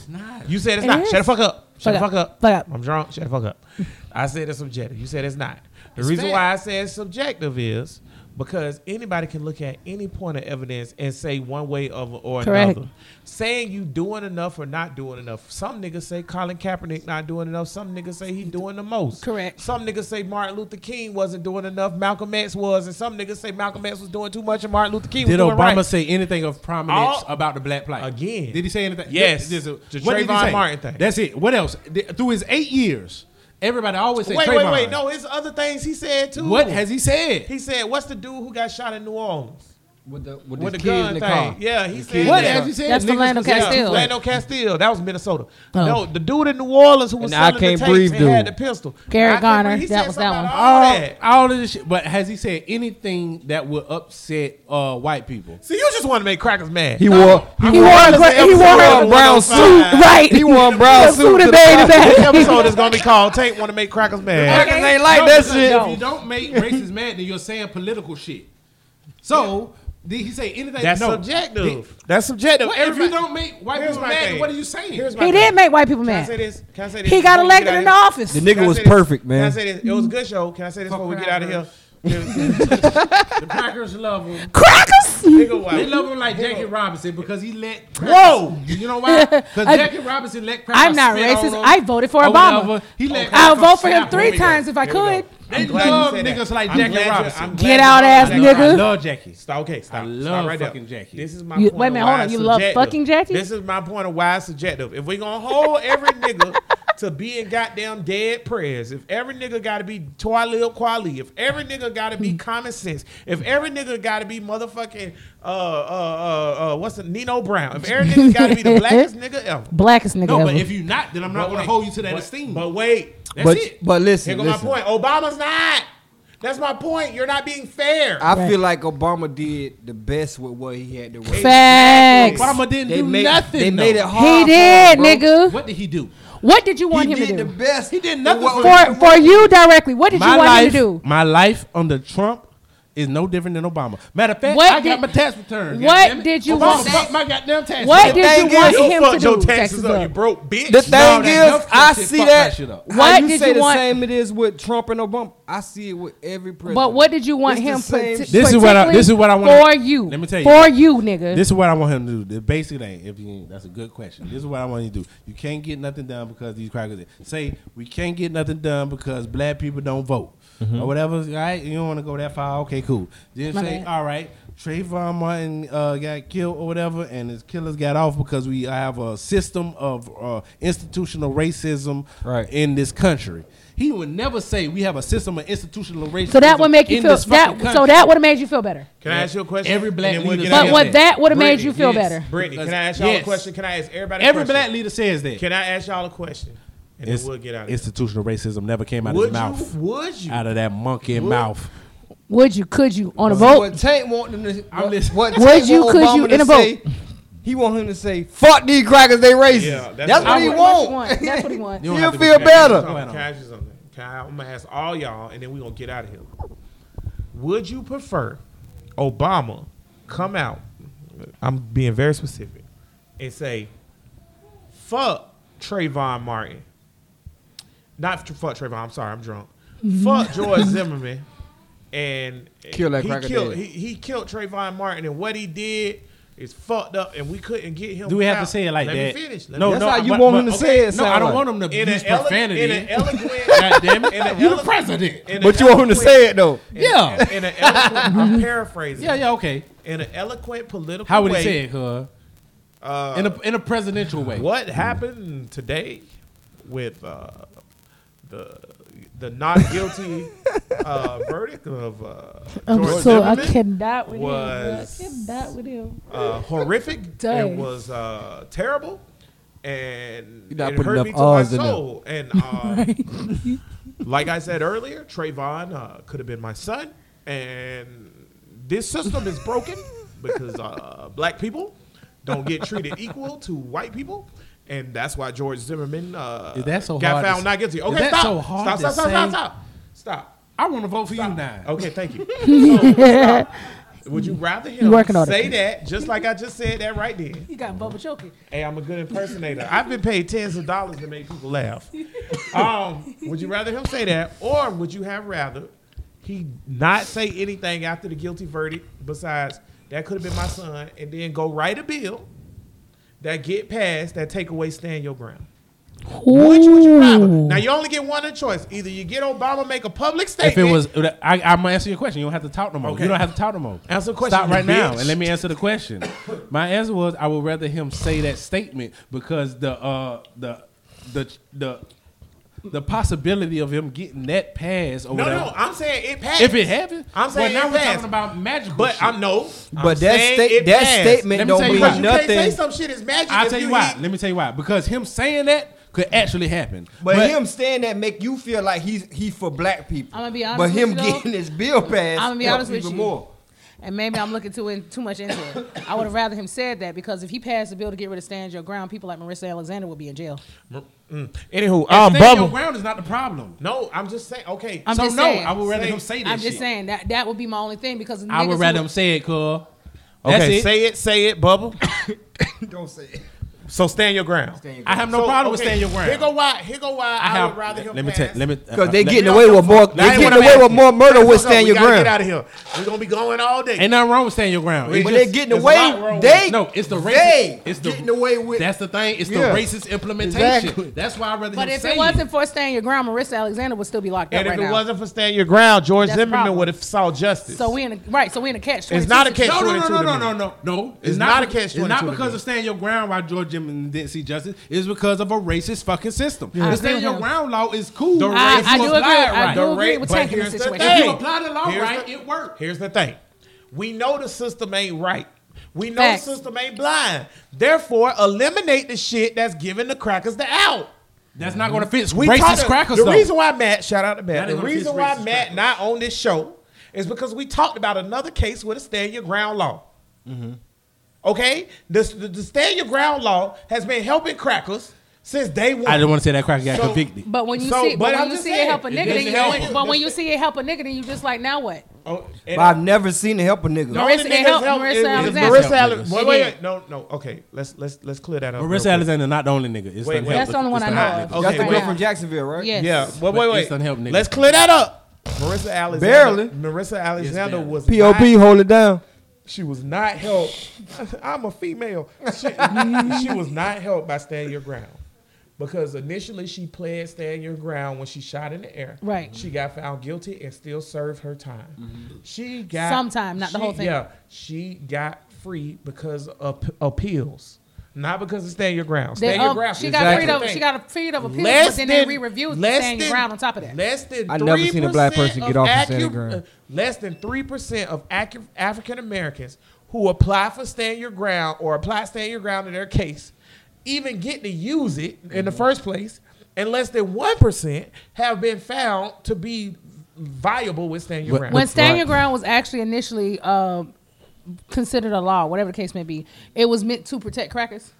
You said it's It not. is. Shut the fuck up. Shut Fuck the up. fuck Fuck up. up. I'm drunk. Shut the fuck up. I said it's subjective. You said it's not. The reason why I say it's subjective is because anybody can look at any point of evidence and say one way of or Correct. another. Saying you doing enough or not doing enough. Some niggas say Colin Kaepernick not doing enough. Some niggas say he doing the most. Correct. Some niggas say Martin Luther King wasn't doing enough. Malcolm X was, and some niggas say Malcolm X was doing too much, and Martin Luther King Did was Obama doing right. say anything of prominence All- about the black plight? Again. Did he say anything? Yes. Th- there's The a- what did he Trayvon say? Martin thing. That's it. What else? Th- through his eight years, everybody always say Wait, wait, Trayvon. wait! No, it's other things he said too. What has he said? He said, "What's the dude who got shot in New Orleans With the, with the gun thing?" Yeah, he said, what that. has he said? That's Niggas Philando was saying- Castile. Oh. Still. Orlando Castile. That was Minnesota. No, the dude in New Orleans who was And I selling the can't tapes breathe and had the dude. pistol. Gary I can't Garner. breathe. He That said was something that one. about Oh. All All, that. all of this shit, but has he said anything that would upset uh, white people? See, you just want to make crackers mad. He wore He wore a gra- he he wore wore a a brown suit. right. He wore a brown The suit. suit to and the baby party. This back. episode is gonna be called "Tank Want to Make Crackers Mad." Niggas ain't like No, that because If you shit. don't make racists mad, then you're saying political shit. So did he say anything? That's no. subjective. That's subjective. What, if you Everybody- don't make white Here's people my mad, thing. then what are you saying? Here's my He thing. did make white people Can I say mad. this? Can I say this? He got before we get elected out in of here? office. The Can I nigga was say this? perfect, Can I man. say this? It was a good show. Can I say this before we get out of here? The Packers love him. Crackers. Nigga, why- They love him like Jackie Robinson because he let. Whoa! You know why? Because I- Jackie Robinson let. Crackers I'm not spit on racist. him I voted for or Obama. whatever. He let I'll Crackers vote for him slap three Here we go. times if I could. They glad you love said that. niggas like I'm Jackie glad you- Robinson. I'm glad Get you out, brought ass that up. I nigga. love Jackie. Stop. Okay, stop. I Stop love right there. fucking Jackie. This is my You- point. wait a of minute, hold why on. it's You love subjective. fucking Jackie? This is my point of why it's subjective. If we gonna hold every nigga to being goddamn dead prayers, if every nigga gotta be Twalil Kwali, if every nigga gotta Hmm. be common sense, if every nigga gotta be motherfucking uh uh uh, uh what's the Nino Brown, if every nigga gotta be the blackest nigga ever. Blackest nigga No, but ever. if you're not, then I'm not But going to wait, hold you to that but- esteem. But wait, that's But it. but Here listen, go listen. my point. Obama's not. That's my point. You're not being fair. I feel like Obama did the best with what he had to work. Facts. Obama didn't They do made nothing. they made it though. hard. He for did, him, bro. nigga. What did he do? What did you want he him to did do? the best. He did nothing What- for for for you directly, what did you want life, him to do? my life under Trump is no different than Obama. Matter of fact, What I did- got my tax return. what goddammit. did you Obama want- fucked my goddamn tax? What The did thing you want is- You him to fucked do? your taxes Taxes up, up. you broke bitch. The thing that is, healthcare I shit see fucked that. my shit up. How What you did say you the want- same it is with Trump and Obama? I see it with every president. But what did you want It's the him same parti- shit. This is what I- this is what I particularly wanna- for you. Let me tell you. for you, nigga. This is what I want him to do. The basic thing, if you, that's a good question. This is what I want you to do. You can't get nothing done because these crackers say we can't get nothing done because black people don't vote Mm-hmm. or whatever. All right, you don't want to go that far. Okay, cool. Then My say, bad. all right, Trayvon Martin uh, got killed or whatever, and his killers got off because we have a system of uh, institutional racism Right. in this country. He would never say we have a system of institutional racism. so that would make you in feel this fucking that. So country. that would have made you feel better. Can I ask you a question? Every black And then we'll leader get out But of says here. what that would have made Brittany, you feel yes. better. Brittany, can Because- I ask y'all a yes. question? Can I ask everybody? A Every question? black leader says that. Can I ask y'all a question? And then It's- we'll get out. Of here. institutional racism never came out Would of his mouth. you? Would you? Out of that monkey mouth. Would you? Could you? On a So vote? What Tank want them to? I'm What, listening. what Would Tank you- want could Obama you to in a say, vote? He want him to say, "Fuck these crackers, they racist." Yeah, that's that's, what what I he That's what he want. want. That's what he want. You don't He'll have to feel be- better. Go ahead Can on. I ask you something? Can I, I'm gonna ask all y'all, and then we're gonna get out of here. Would you prefer Obama come out? I'm being very specific and say, "Fuck Trayvon Martin." Not tr- fuck Trayvon. I'm sorry, I'm drunk. fuck George Zimmerman, and Kill that he cracker killed, dead. he, he killed Trayvon Martin, and what he did is fucked up, and we couldn't get him. Do we have to out. say it like Let that? Me finish. Let No, me That's no, how you but- want but- him to okay, say it No, sound I don't like. want him to in use an, ele- profanity. in an eloquent, God damn it. in an You the elo- president. in an But you want him to eloquent- say it though. in an Yeah. el- in an eloquent, I'm paraphrasing. Yeah, yeah, okay. In an eloquent political How would way, he say it, huh? Uh, In a in a presidential way. What happened today with uh, the the not guilty uh, verdict of uh, I'm George Um, so I Zimmerman cannot with was- him. bro. I cannot with him. uh, horrific. It Dang. was uh, terrible, and You're not it putting hurt enough me to my R's in there. soul. And uh, like I said earlier, Trayvon uh, could have been my son, and this system is broken because uh, black people don't get treated equal to white people. And that's why George Zimmerman uh, Is that so got hard to found s- not guilty. is Okay, that stop. so hard stop, to stop, stop, stop, say? stop, stop. I want to vote for you now. Okay, thank you. So, stop. Would you rather him working on it. say that just like I just said that right then? You got Bubba choking. Hey, I'm a good impersonator. I've been paid tens of dollars to make people laugh. Um, would you rather him say that, or would you have rather he not say anything after the guilty verdict? Besides, that could have been my son, and then go write a bill that get passed that take away stand your ground. Which would you rather? Now you only get one of choice. Either you get Obama make a public If statement. it was, I, I'm gonna answer your question. You don't have to talk no more. Okay. You don't have to talk no more. Answer the question, Stop right now bitch. and let me answer the question. My answer was I would rather him say that statement because the uh the the the the possibility of him getting that pass or no, whatever. no, I'm saying it passed. If it happens, I'm saying it well, now we're passed. talking about magical. But shit. I'm no. I'm But that saying sta- it that passed. statement Let me don't tell you mean why. You You can't say nothing. some shit is magic. I'll if tell you you why. eat- Let me tell you why. Because him saying that could actually happen. But, him saying that make you feel like he's he for black people. I'ma be honest But with him you, though. getting his bill passed. I'ma be helps honest with even you. More. And maybe I'm looking too in, too much into it. I would have rather him said that because if he passed the bill to get rid of stand your ground, people like Marissa Alexander would be in jail. Anywho, um, um, your Bubba. ground is not the problem. No, I'm just saying. Okay, I'm so just no, saying. I would rather Say- him say that. I'm just shit. saying that that would be my only thing because I niggas would rather who- him say it, cuz. That's okay, it. say it, say it, Bubble. Don't say it. so stand your ground. I have no So, problem with okay, staying your ground. Here go why. Here go why. I, have- would rather him. Let me pass. tell. Let me. uh, Because they let- getting away with more. They That ain't what getting I'm away with asking. more murder Shut the with fuck up. stand We your gotta Get out ground. of here. We're gonna be going all day. Ain't nothing wrong with staying your ground. It's But just- they getting it's a away. lot wrong with They it. no, it's the racist. they it's the getting away with- That's the thing. It's Yeah. the racist implementation. Exactly. That's why I rather. But him if say it wasn't for stand your ground, Marissa Alexander would still be locked up And right if it now. wasn't for stand your ground, George That's the Zimmerman problem. would have saw justice. so we in a, right. So we in a catch. It's not a 22 catch. No, no, no, 22 no, to no, me. no, no, no. It's not a catch It's not 22 to because me. of stand your ground why George Jim didn't see justice. It's because of a racist fucking system. I The agree stand with your him. ground law is cool. The I- if I you do apply agree. it I right. do The agree rate- with but taking the here's the situation. thing. If you apply the law Here's right, the- it worked. Here's the thing. We know the system ain't right. We know Facts. the system ain't blind. Therefore, eliminate the shit that's giving the crackers the out. That's not going to fix We talked- racist crackers The though. reason why Matt, shout out to Matt, That the ain't gonna reason fix why racist Matt crackers. not on this show is because we talked about another case with a stand your ground law. Mm-hmm. Okay? This, the, the stand your ground law has been helping crackers since day one. I didn't want to say that cracker got So- convicted. But when you So, see, but, but I'm when you just see it saying, help a it nigga, then doesn't you, help. when- but when you see it help a nigga, then you just like now what? But Oh, and I've never seen it help a nigga. No, Marissa, only thing it helped that's helped is- Marissa is Alexander. Marissa Alexander. Alex- Wait, It wait, is. wait. No, no. Okay, let's let's let's clear that up. Marissa real quick. Alexander not the only nigga. It's Wait, the wait. help That's the only one it's I hot know of. nigga. That's Okay, the wait. girl from Jacksonville, right? Yes. Yeah. Well, wait, But wait. it's done help niggas. Let's clear that up. Marissa Alexander. Barely. Marissa Alexander barely. was POP, not- hold it down. She was not helped. I'm a female. She, she was not helped by stand your ground. Because initially she pled stand your ground when she shot in the air. Right. She got found guilty and still served her time. She got Sometime, not the she- whole thing. Yeah. She got free because of p- appeals. Not because of stand your ground. They, Stand your um, ground. she is got the freed of thing. she got a freed of appeal, Less but then they than- re-reviewed the less stand your than- ground on top of that. Less than I never seen a black 3% person get off of Acu- Stand Your Ground. uh, Less than three percent of Acu- African Americans who apply for stand your ground or apply stand your ground in their case, even get to use it in Mm-hmm. the first place, and less than one percent have been found to be viable with stand your But- ground. when stand right. your ground was actually initially um, considered a law, whatever the case may be, it was meant to protect crackers.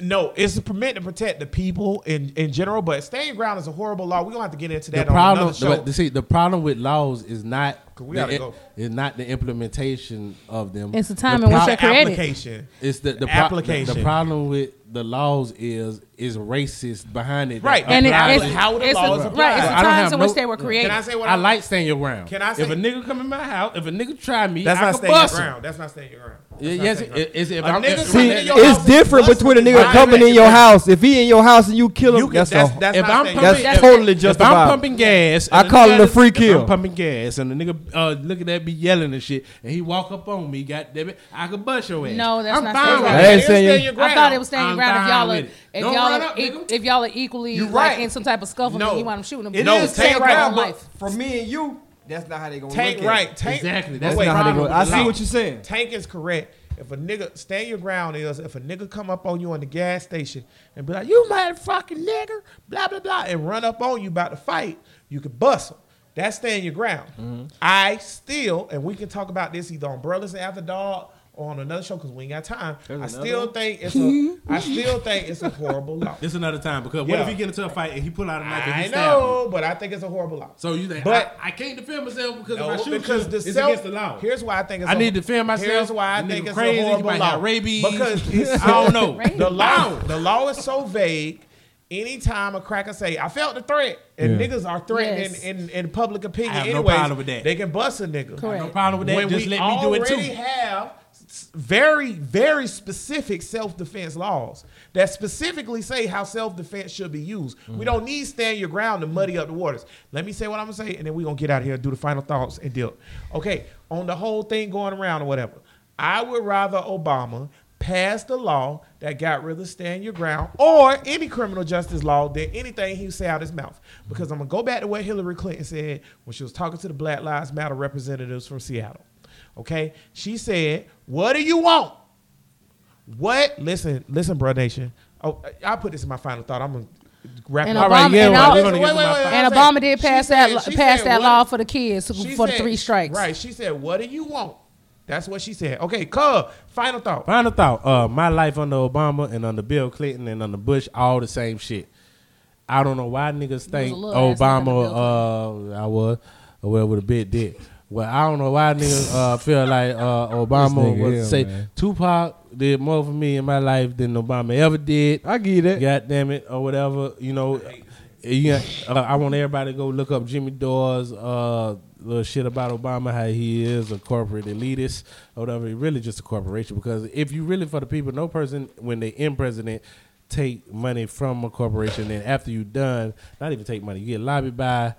no, it's a permit to protect the people in, in general, but stand your ground is a horrible law. We're gonna have to get into that The on problem, another show. but see, the problem with laws is not 'Cause we the, gotta i- go. is not the implementation of them. It's the time in which pro- they're created. application. It's the, the, pro- the application. the problem with the laws is is racist behind it. Right. That And it, Applied. it's, How the it's laws a, apply. right, it's the I don't times have in which no- they were created. Can I say what I I'm- like staying your ground. Can I if say- a nigga come in my house, if a nigga try me, That's I not can stand your bust him. ground. That's not stand your ground. That's Yeah, not yes, stand if, your ground. if, if A I'm nigga if- come See, in your it's house, different bust between a him. nigga Right, coming right, in your right. house. If he in your house and you kill him, You can- that's, that's- all. that's- if not I'm saying- pumping, That's if- totally If I'm justifiable. pumping gas, I and the call nigga it a that's- free if kill. I'm pumping gas, and the nigga uh, looking at me yelling and shit, and he walk up on me. God damn it, I could bust your ass. No, that's I'm not fine standing with your ground. I I it. It's standing your ground. thought it was standing I'm ground if fine y'all are with it. if Don't y'all run are up, e- nigga. if y'all are equally You like right. in some type of scuffle, No. then you want them shooting them. It but is it's stand Tank your ground Right. on life. for me and you, that's not how they gonna Tank look at right. It. Tank, Exactly, but that's wait, not how they go- Ronald, I see Tank- what you're saying. Tank is correct. If a nigga stand your ground is if a nigga come up on you on the gas station and be like, "You motherfucking nigga," blah blah blah, and run up on you about to fight, you could bust him. That's stand your ground. I still, and we can talk about this either on Brothers After Dog or on another show because we ain't got time. I another still think it's a, I still think it's a horrible law. This another time because what Yeah. if he get into a fight and he pull out a knife and he I stab me? know, but I think it's a horrible law. So you think, But- but I, I can't defend myself because No, if I shoot because you, the it's self, against the law. Here's why I think it's I a- need to defend myself. Here's why I The think nigga it's crazy, a he horrible might law. have rabies. Because it's I don't know. Rabies. the law. Wow. The law is so vague. Anytime a cracker say, "I felt the threat," and niggas are threatened Yes. in, in, in public opinion, I have no anyways, problem with that. they can bust a nigga. Correct. No problem with that. When Just we let me do it already too. have s- very, very specific self-defense laws that specifically say how self-defense should be used. Mm. We don't need stand your ground to muddy up the waters. Let me say what I'm gonna say, and then we're gonna get out of here and do the final thoughts and deal. Okay, on the whole thing going around or whatever. I would rather Obama pass the law that got rid of stand your ground or any criminal justice law than anything he say out his mouth. Because I'm gonna go back to what Hillary Clinton said when she was talking to the Black Lives Matter representatives from Seattle. Okay, she said, "What do you want? What? Listen, listen, bro, nation. Oh, I I put this in my final thought. I'm gonna wrap And it up. Obama, and, all- right, Listen, wait, wait, wait, and wait, wait. Obama did She pass said- that she pass said that what- law for the kids who- she for the said- three strikes. Right. She said, "What do you want?" That's what she said. Okay, Cub. Final thought. Final thought. Uh, my life under Obama and under Bill Clinton and under Bush, all the same shit. I don't know why niggas think little ass nigga under Bill Obama. Uh, I was well with a big dick. Well, I don't know why niggas uh, feel like uh, Obama This nigga was here, say man. Tupac did more for me in my life than Obama ever did. I get that. God damn it, or whatever. You know, yeah. Uh, I want everybody to go look up Jimmy Dore's uh, little shit about Obama, how he is a corporate elitist, or whatever. He really just a corporation because if you really for the people, no person when they in president take money from a corporation. And after you done, not even take money, you get lobbied by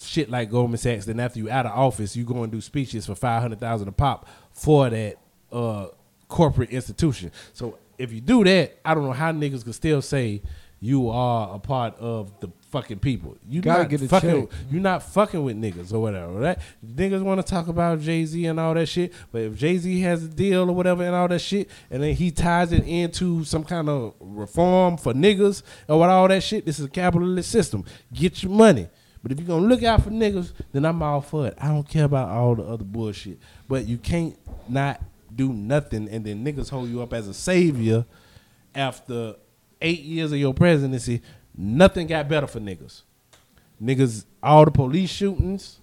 shit like Goldman Sachs. Then after you out of office, you go and do speeches for five hundred thousand a pop for that uh, corporate institution. So if you do that, I don't know how niggas could still say you are a part of the fucking people. You Gotta not get a fucking. check. You not fucking with niggas or whatever. Right? Niggas want to talk about Jay Z and all that shit, but if Jay Z has a deal or whatever and all that shit, and then he ties it into some kind of reform for niggas or what all that shit, this is a capitalist system. Get your money. But if you're gonna look out for niggas, then I'm all for it. I don't care about all the other bullshit. But you can't not do nothing and then niggas hold you up as a savior after eight years of your presidency, nothing got better for niggas. Niggas, all the police shootings,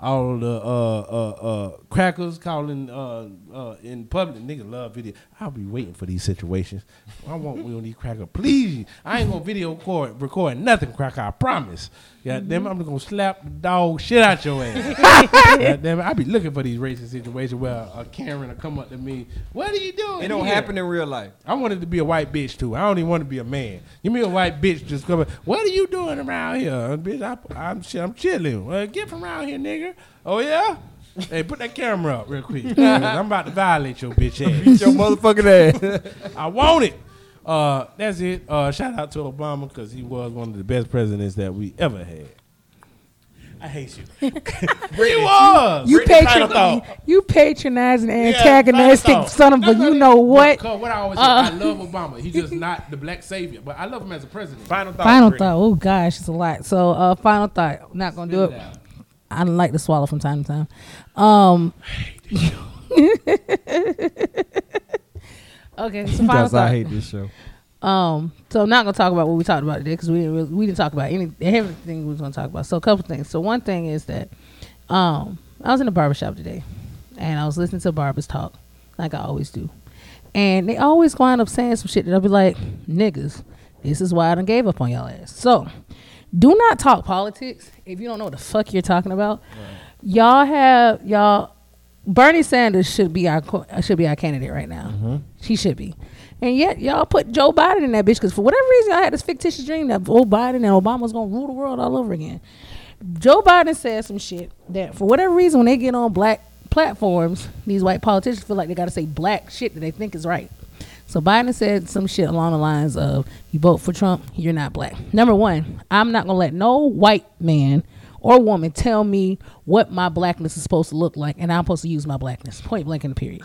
all the uh, uh, uh, crackers calling uh, uh, in public. Niggas love video. I'll be waiting for these situations. I want we on these crackers. Please, I ain't gonna video record, record nothing, cracker. I promise. God damn it, I'm gonna slap the dog shit out your ass. God damn it, I be looking for these racist situations where a Karen will come up to me. What are you doing? It don't here?" happen in real life. I wanted to be a white bitch too. I don't even want to be a man. Give me a white bitch just coming. What are you doing around here, uh, bitch? I, I'm chi- I'm chilling. Well, get from around here, nigga. Oh yeah. Hey, put that camera up real quick. 'cause I'm about to violate your bitch ass. Your motherfucking ass. I want it. Uh, that's it. Uh, shout out to Obama because he was one of the best presidents that we ever had. I hate you. He was. You Brittany Cronenthal. patron, you patronizing and Yeah, antagonistic Cronenthal. son of a That's you it- know what? Because what I always say, Uh, I love Obama. He's just not the black savior, but I love him as a president. Final thought. Final Brittany. thought. Oh gosh, it's a lot. So uh, final thought. I'm not gonna do it. I like to swallow from time to time. Um, okay, so final Because I thought. hate this show. Um, so I'm not gonna talk about what we talked about today because we didn't really, we didn't talk about any everything we was gonna talk about. So a couple things. So one thing is that um, I was in a barber shop today, and I was listening to barbers talk like I always do, and they always wind up saying some shit that I'll be like, niggas, this is why I done gave up on y'all ass. So do not talk politics if you don't know what the fuck you're talking about. Y'all have y'all. Bernie Sanders should be our co- uh, should be our candidate right now. She should be, and yet y'all put Joe Biden in that bitch because for whatever reason y'all had this fictitious dream that Joe Biden and Obama's gonna rule the world all over again. Joe Biden said some shit that for whatever reason when they get on black platforms, these white politicians feel like they gotta say black shit that they think is right. So Biden said some shit along the lines of, "You vote for Trump, you're not black." Number one, I'm not gonna let no white man or woman tell me what my blackness is supposed to look like, and I'm supposed to use my blackness. Point blank in the period.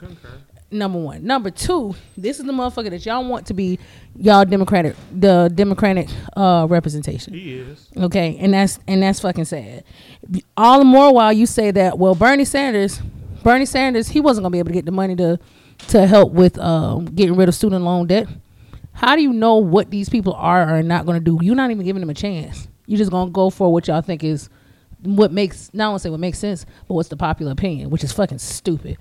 Number one. Number two, this is the motherfucker that y'all want to be y'all Democratic, the Democratic uh, representation. He is. Okay, and that's and that's fucking sad. B- All the more while you say that, well, Bernie Sanders, Bernie Sanders, he wasn't gonna be able to get the money to to help with um, getting rid of student loan debt. How do you know what these people are or are not gonna do? You're not even giving them a chance. You're just gonna go for what y'all think is what makes not want to say what makes sense, but what's the popular opinion, which is fucking stupid.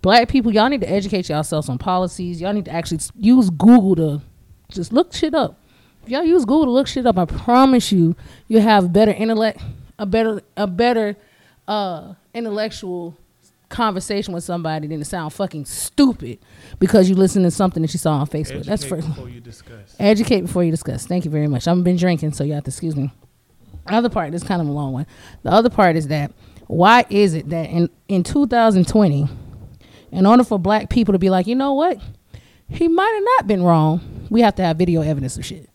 Black people, y'all need to educate yourselves on policies. Y'all need to actually s- use Google to just look shit up. If y'all use Google to look shit up, I promise you, you have better intellect, a better a better uh, intellectual conversation with somebody than to sound fucking stupid because you listen to something that you saw on Facebook. That's Educate first. before you discuss. Educate before you discuss. Thank you very much. I've been drinking, so you have to excuse me. Other part this is kind of a long one. The other part is that why is it that in in 2020, in order for black people to be like, you know what, he might have not been wrong, we have to have video evidence of shit.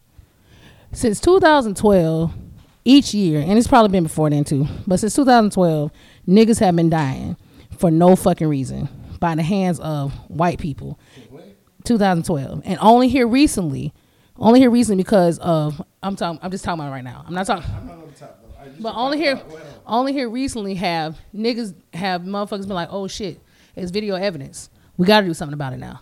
Since 2012, each year, and it's probably been before then too, but since 2012, niggas have been dying for no fucking reason by the hands of white people. 2012, and only here recently, only here recently because of I'm talking. I'm just talking about right now. I'm not talking. But only here, only here recently have niggas have motherfuckers been like, oh shit, it's video evidence. We got to do something about it now.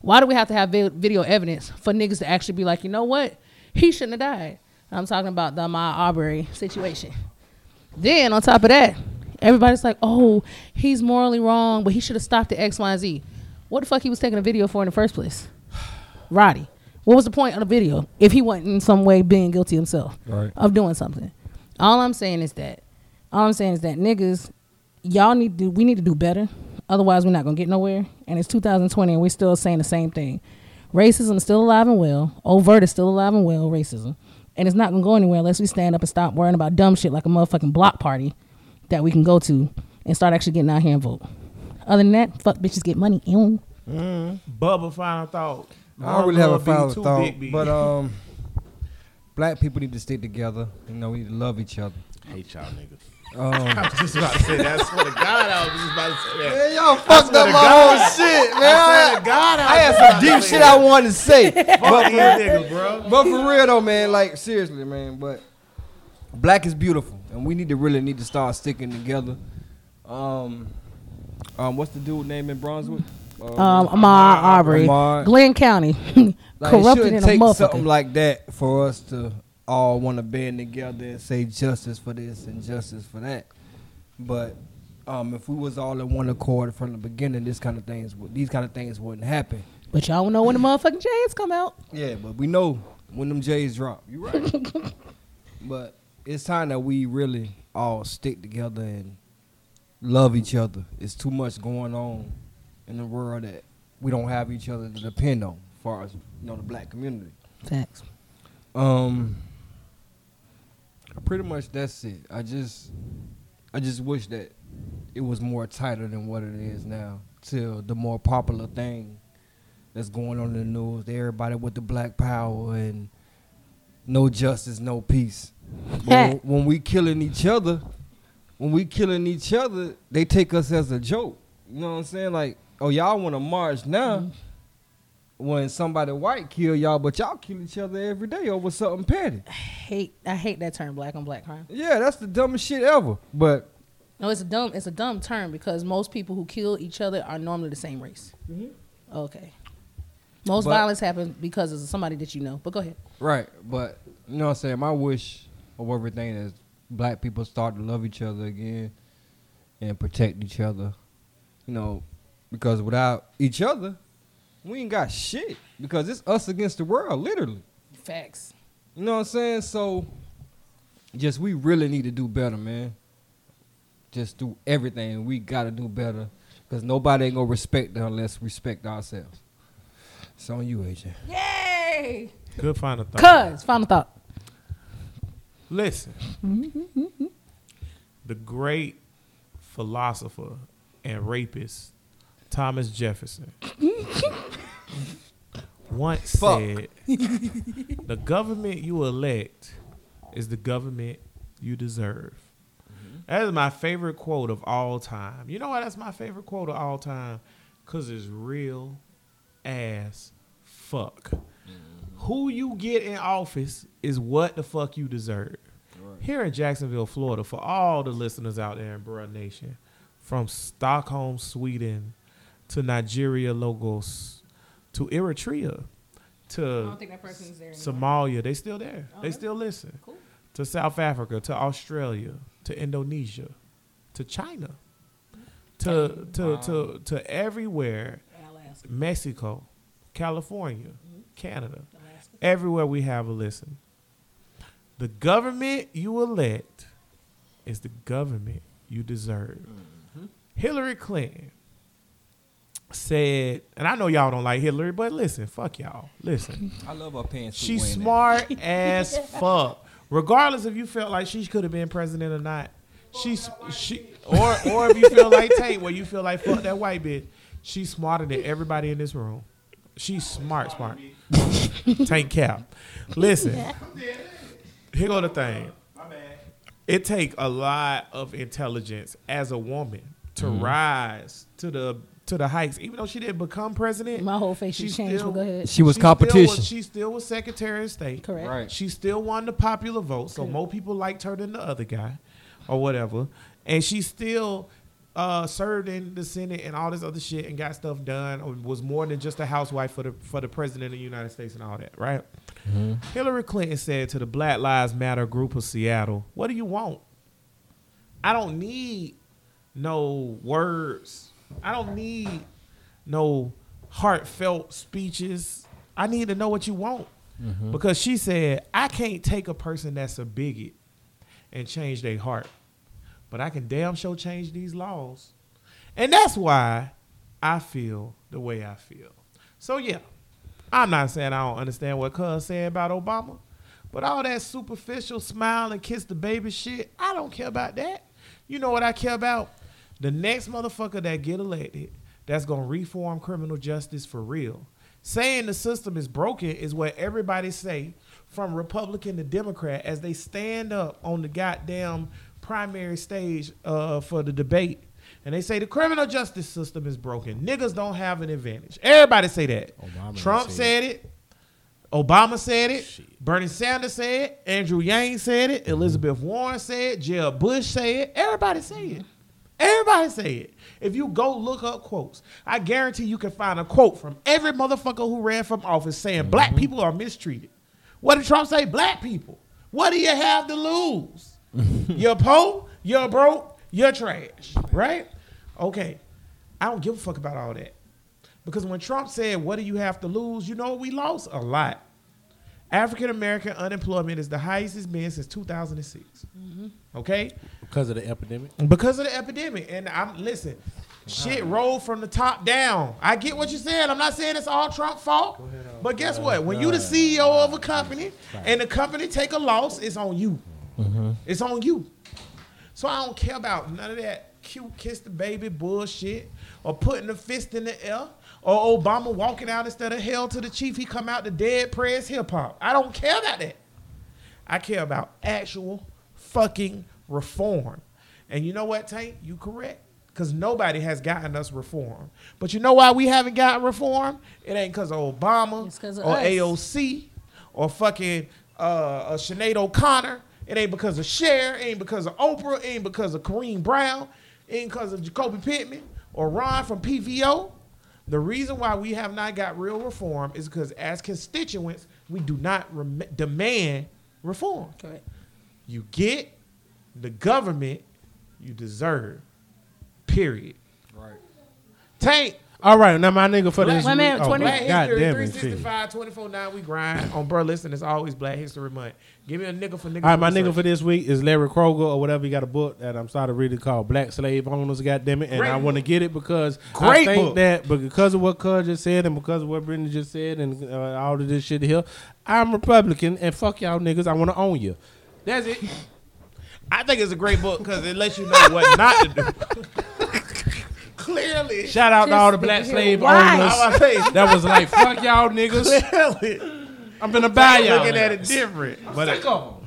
Why do we have to have vi- video evidence for niggas to actually be like, you know what, he shouldn't have died? I'm talking about the Ahmaud Arbery situation. Then on top of that, everybody's like, oh, he's morally wrong, but he should have stopped at X, Y, and Z. What the fuck he was taking a video for in the first place? Roddy. What was the point of the video if he wasn't in some way being guilty himself Right. of doing something? All I'm saying is that, all I'm saying is that niggas, y'all need to, we need to do better. Otherwise, we're not gonna get nowhere. And it's 2020, and we're still saying the same thing. Racism is still alive and well. Overt is still alive and well. Racism, and it's not gonna go anywhere unless we stand up and stop worrying about dumb shit like a motherfucking block party that we can go to and start actually getting out here and vote. Other than that, fuck bitches get money. Ew. Bubba, final thought. I don't really have a Love, Big final Two, thought, Big B. but um, black people need to stick together. You know, we need to love each other. Hate y'all niggas. I was just about to say that. I swear to God, I was just about to say that. Man, y'all fucked up my whole shit, man. I, God, I had some deep shit I wanted to say, but these niggas, bro. but for real though, man, like seriously, man, but black is beautiful, and we need to really need to start sticking together. Um, um, what's the dude name in Brunswick? um, Ahmaud Arbery, Ahmaud. Glenn County, Ah, Like, it corrupted in shouldn't a take motherfucker. something like that for us to all want to band together and say justice for this and justice for that. But um, if we was all in one accord from the beginning, this kind of things, would- these kind of things wouldn't happen. but y'all don't know when the motherfucking J's come out. Yeah, but we know when them J's drop. You right. but it's time that we really all stick together and love each other. It's too much going on in the world that we don't have each other to depend on, as far as you know, the black community. Facts. Um, pretty much that's it. I just, I just wish that it was more tighter than what it is now. Till the more popular thing that's going on in the news, everybody with the black power and no justice, no peace. But when, when we killing each other, when we killing each other, they take us as a joke. You know what I'm saying? Like, oh y'all want to march now when somebody white kill y'all, but y'all kill each other every day over something petty. Hate. I hate that term, black on black crime. Yeah, that's the dumbest shit ever. But No, it's a dumb. It's a dumb term because most people who kill each other are normally the same race. Okay. Most Mm-hmm. But- violence happens because of somebody that you know. But go ahead. right, but you know what I'm saying? My wish of everything is black people start to love each other again and protect each other. You know, because without each other, we ain't got shit. Because it's us against the world, literally. Facts. You know what I'm saying? So, just we really need to do better, man. Just do everything. We gotta do better because nobody ain't gonna respect us unless we respect ourselves. It's on you, AJ. Yay! Good final thought. Cuz final thought. Listen, the great philosopher and rapist Thomas Jefferson once said, "The government you elect is the government you deserve." That is my favorite quote of all time. You know why that's my favorite quote of all time? Cause it's real ass fuck who you get in office is what the fuck you deserve. Here in Jacksonville, Florida, for all the listeners out there in Bruh Nation, from Stockholm, Sweden, to Nigeria, Lagos, to Eritrea, to that person is there. Somalia, they still there. They still listen. Cool. To South Africa, to Australia, to Indonesia, to China, to to to to everywhere Alaska. Mexico, California, Canada, everywhere we have a listen. The government you elect is the government you deserve. Hillary Clinton said, and I know y'all don't like Hillary, but listen, fuck y'all. Listen. I love our pants. She's smart as fuck. Regardless if you felt like she could have been president or not, she's she or or if you feel like Tate, where you feel like fuck that white bitch, she's smarter than everybody in this room. She's smart, smart. Tank cap. Listen, here go the thing. It take a lot of intelligence as a woman to Mm-hmm. rise to the to the heights, even though she didn't become president. My whole face should she change, still- but go ahead. She was still competition. she still was Secretary of State. Correct. Right. She still won the popular vote, so more people liked her than the other guy, or whatever. And she still uh, served in the Senate and all this other shit and got stuff done. Or was more than just a housewife for the for the president of the United States and all that, right? Hillary Clinton said to the Black Lives Matter group of Seattle, "What do you want? I don't need no words. I don't need no heartfelt speeches. I need to know what you want. Because she said, I can't take a person that's a bigot and change their heart, but I can damn sure change these laws. And that's why I feel the way I feel. So, yeah, I'm not saying I don't understand what Cuz said about Obama, but all that superficial smile and kiss the baby shit, I don't care about that. You know what I care about? The next motherfucker that get elected that's gonna reform criminal justice for real. Saying the system is broken is what everybody say from Republican to Democrat as they stand up on the goddamn primary stage uh, for the debate. And they say the criminal justice system is broken. Niggas don't have an advantage. Everybody say that. Obama Trump said said it. Obama said it. Bernie Sanders said it. Andrew Yang said it. Elizabeth Warren said it. Jeb Bush said it. Everybody say it. Everybody say say it. If you go look up quotes, I guarantee you can find a quote from every motherfucker who ran from office saying Mm-hmm. black people are mistreated. What did Trump say? Black people. What do you have to lose? you're poor, you're broke, you're trash, right? Okay. I don't give a fuck about all that. Because when Trump said, What do you have to lose? You know, we lost a lot. African American unemployment is the highest it's been since 2006. Okay? because of the epidemic. because of the epidemic. And I'm listen, shit rolled from the top down. I get what you're saying. I'm not saying it's all Trump's fault, but guess what? When you the CEO of a company and the company take a loss, it's on you. It's on you. So I don't care about none of that cute kiss the baby bullshit or putting a fist in the air or Obama walking out instead of hell to the chief. He come out to dead prayers hip hop. I don't care about that. I care about actual fucking reform. And you know what, Tank? You correct. Because nobody has gotten us reform. But you know why we haven't gotten reform? It ain't because of Obama It's 'cause of or us. AOC or fucking uh, uh, Sinead O'Connor. It ain't because of Cher. It ain't because of Oprah. It ain't because of Kareem Brown. It ain't because of Jacoby Pittman or Ron from PVO. The reason why we have not got real reform is because as constituents, we do not rem- demand reform. Correct. You get the government you deserve. Period. Right. Tank. All right, now my nigga for this. Wait a minute, oh, 20 Black Black History Goddamn it, shit. 365, 24 9, we grind on Bro Listen. It's always Black History Month. Give me a nigga for nigga. All right, my nigga research. for this week is Larry Kroger or whatever. He got a book that I'm starting to read it called Black Slave Owners. Goddamn it! And Great I want to book. get it because I Great think book. that but because of what Cuz just said and because of what Brittany just said and uh, all of this shit here, I'm Republican and fuck y'all niggas. I want to own you. That's it. I think it's a great book because it lets you know what not to do. Clearly. Shout out to This all the nigga black here. slave Why? I'm owners about to say, that was like fuck y'all niggas. clearly. I'm gonna buy y'all. Looking at it different. But it come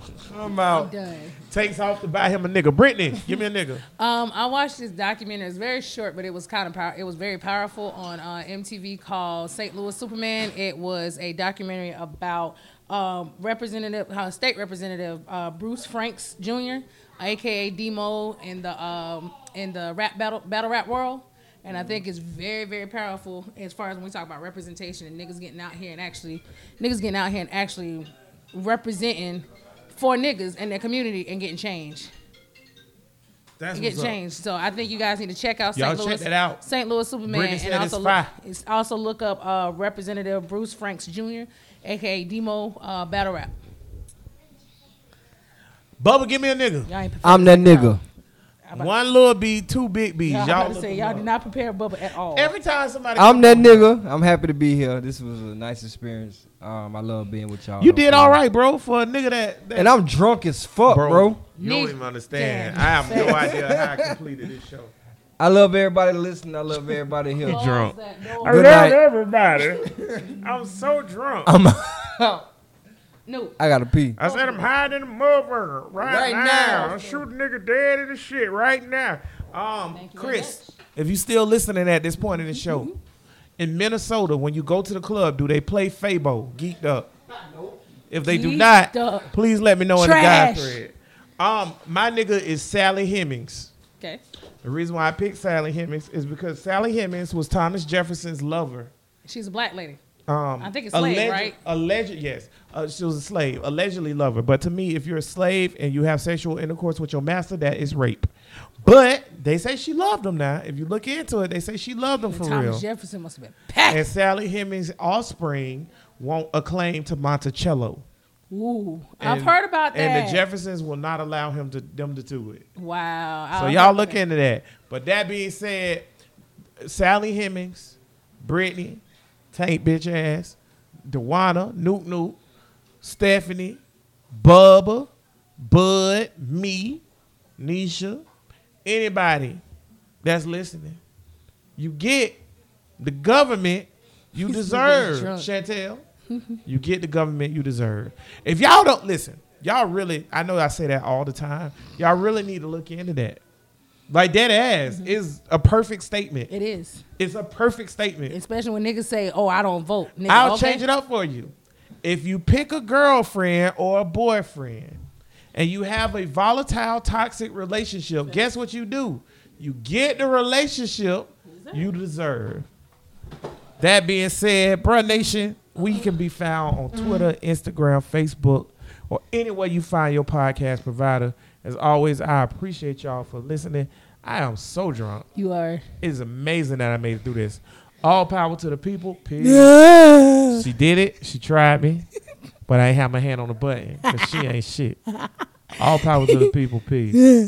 out. Done. Takes off to buy him a nigga. Brittany, give me a nigga. Um, I watched this documentary. It's very short, but it was kind of power. It was very powerful on uh, MTV called St. Louis Superman. It was a documentary about um, representative, uh, state representative uh, Bruce Franks Jr., aka Demo, in the um, in the rap battle battle rap world. And I think it's very, very powerful as far as when we talk about representation and niggas getting out here and actually niggas getting out here and actually representing for niggas in their community and getting changed That's get what's up. changed. So I think you guys need to check out Y'all St. Louis. check that out. St. Louis Superman, Brittany and said it's also look, fire. it's also look up uh, Representative Bruce Franks Jr., aka Demo uh, Battle Rap. Bubba, give me a nigga. Y'all ain't prepared. I'm that nigga. One little B, two big B's. Y'all, Y'all, about to look say them y'all up. did not prepare Bubba at all. Every time somebody, I'm that nigga. I'm happy to be here. This was a nice experience. Um, I love being with y'all. you did all right, bro, for a nigga that. that And I'm drunk as fuck, bro. You don't Nigga. even understand. I have no idea how I completed this show. I love everybody to listen. I love everybody here. Close drunk. that door. Good night. everybody. I'm so drunk. I'm No, I gotta pee. I said I'm hiding in a motherfucker right, Right now. now. I'm shooting nigga dead in the shit right now. Um, Thank you very Chris, if you still listening at this point in the show, in Minnesota, when you go to the club, do they play Fabo geeked up? If they do Geeked not, up. please let me know in the guy Trash. thread. Um, my nigga is Sally Hemmings. okay. The reason why I picked Sally Hemmings is because Sally Hemmings was Thomas Jefferson's lover. She's a black lady. Um, I think it's slave, right? Alleged, yes. Uh, she was a slave, allegedly lover. But to me, if you're a slave and you have sexual intercourse with your master, that is rape. But they say she loved him now. If you look into it, they say she loved him for Thomas real. Jefferson must have been packed. and Sally Hemmings' offspring won't acclaim to Monticello. Ooh, I've And- heard about that. And the Jeffersons will not allow him to them to do it. wow. So I've y'all heard look that. into that. But that being said, Sally Hemmings, Brittany, Tank bitch ass, Dewana, Nuke Nuke, Stephanie, Bubba, Bud, me, Nisha, anybody that's listening, you get the government you deserve, drunk. Chantel. You get the government you deserve. If y'all don't listen, y'all really, I know I say that all the time. Y'all really need to look into that. Like that ass is a perfect statement. Mm-hmm. It is, It's a perfect statement. especially when niggas say, "Oh, I don't vote." Nigga, I'll okay. change it up for you. If you pick a girlfriend or a boyfriend and you have a volatile, toxic relationship, guess what you do? You get the relationship you deserve. That being said, bruh Nation, we can be found on Twitter, Instagram, Facebook, or anywhere you find your podcast provider. As always, I appreciate y'all for listening. I am so drunk. You are. It's amazing that I made it through this. All power to the people. Peace. She did it. She tried me, but I ain't have my hand on the button because she ain't shit. All power to the people. Peace.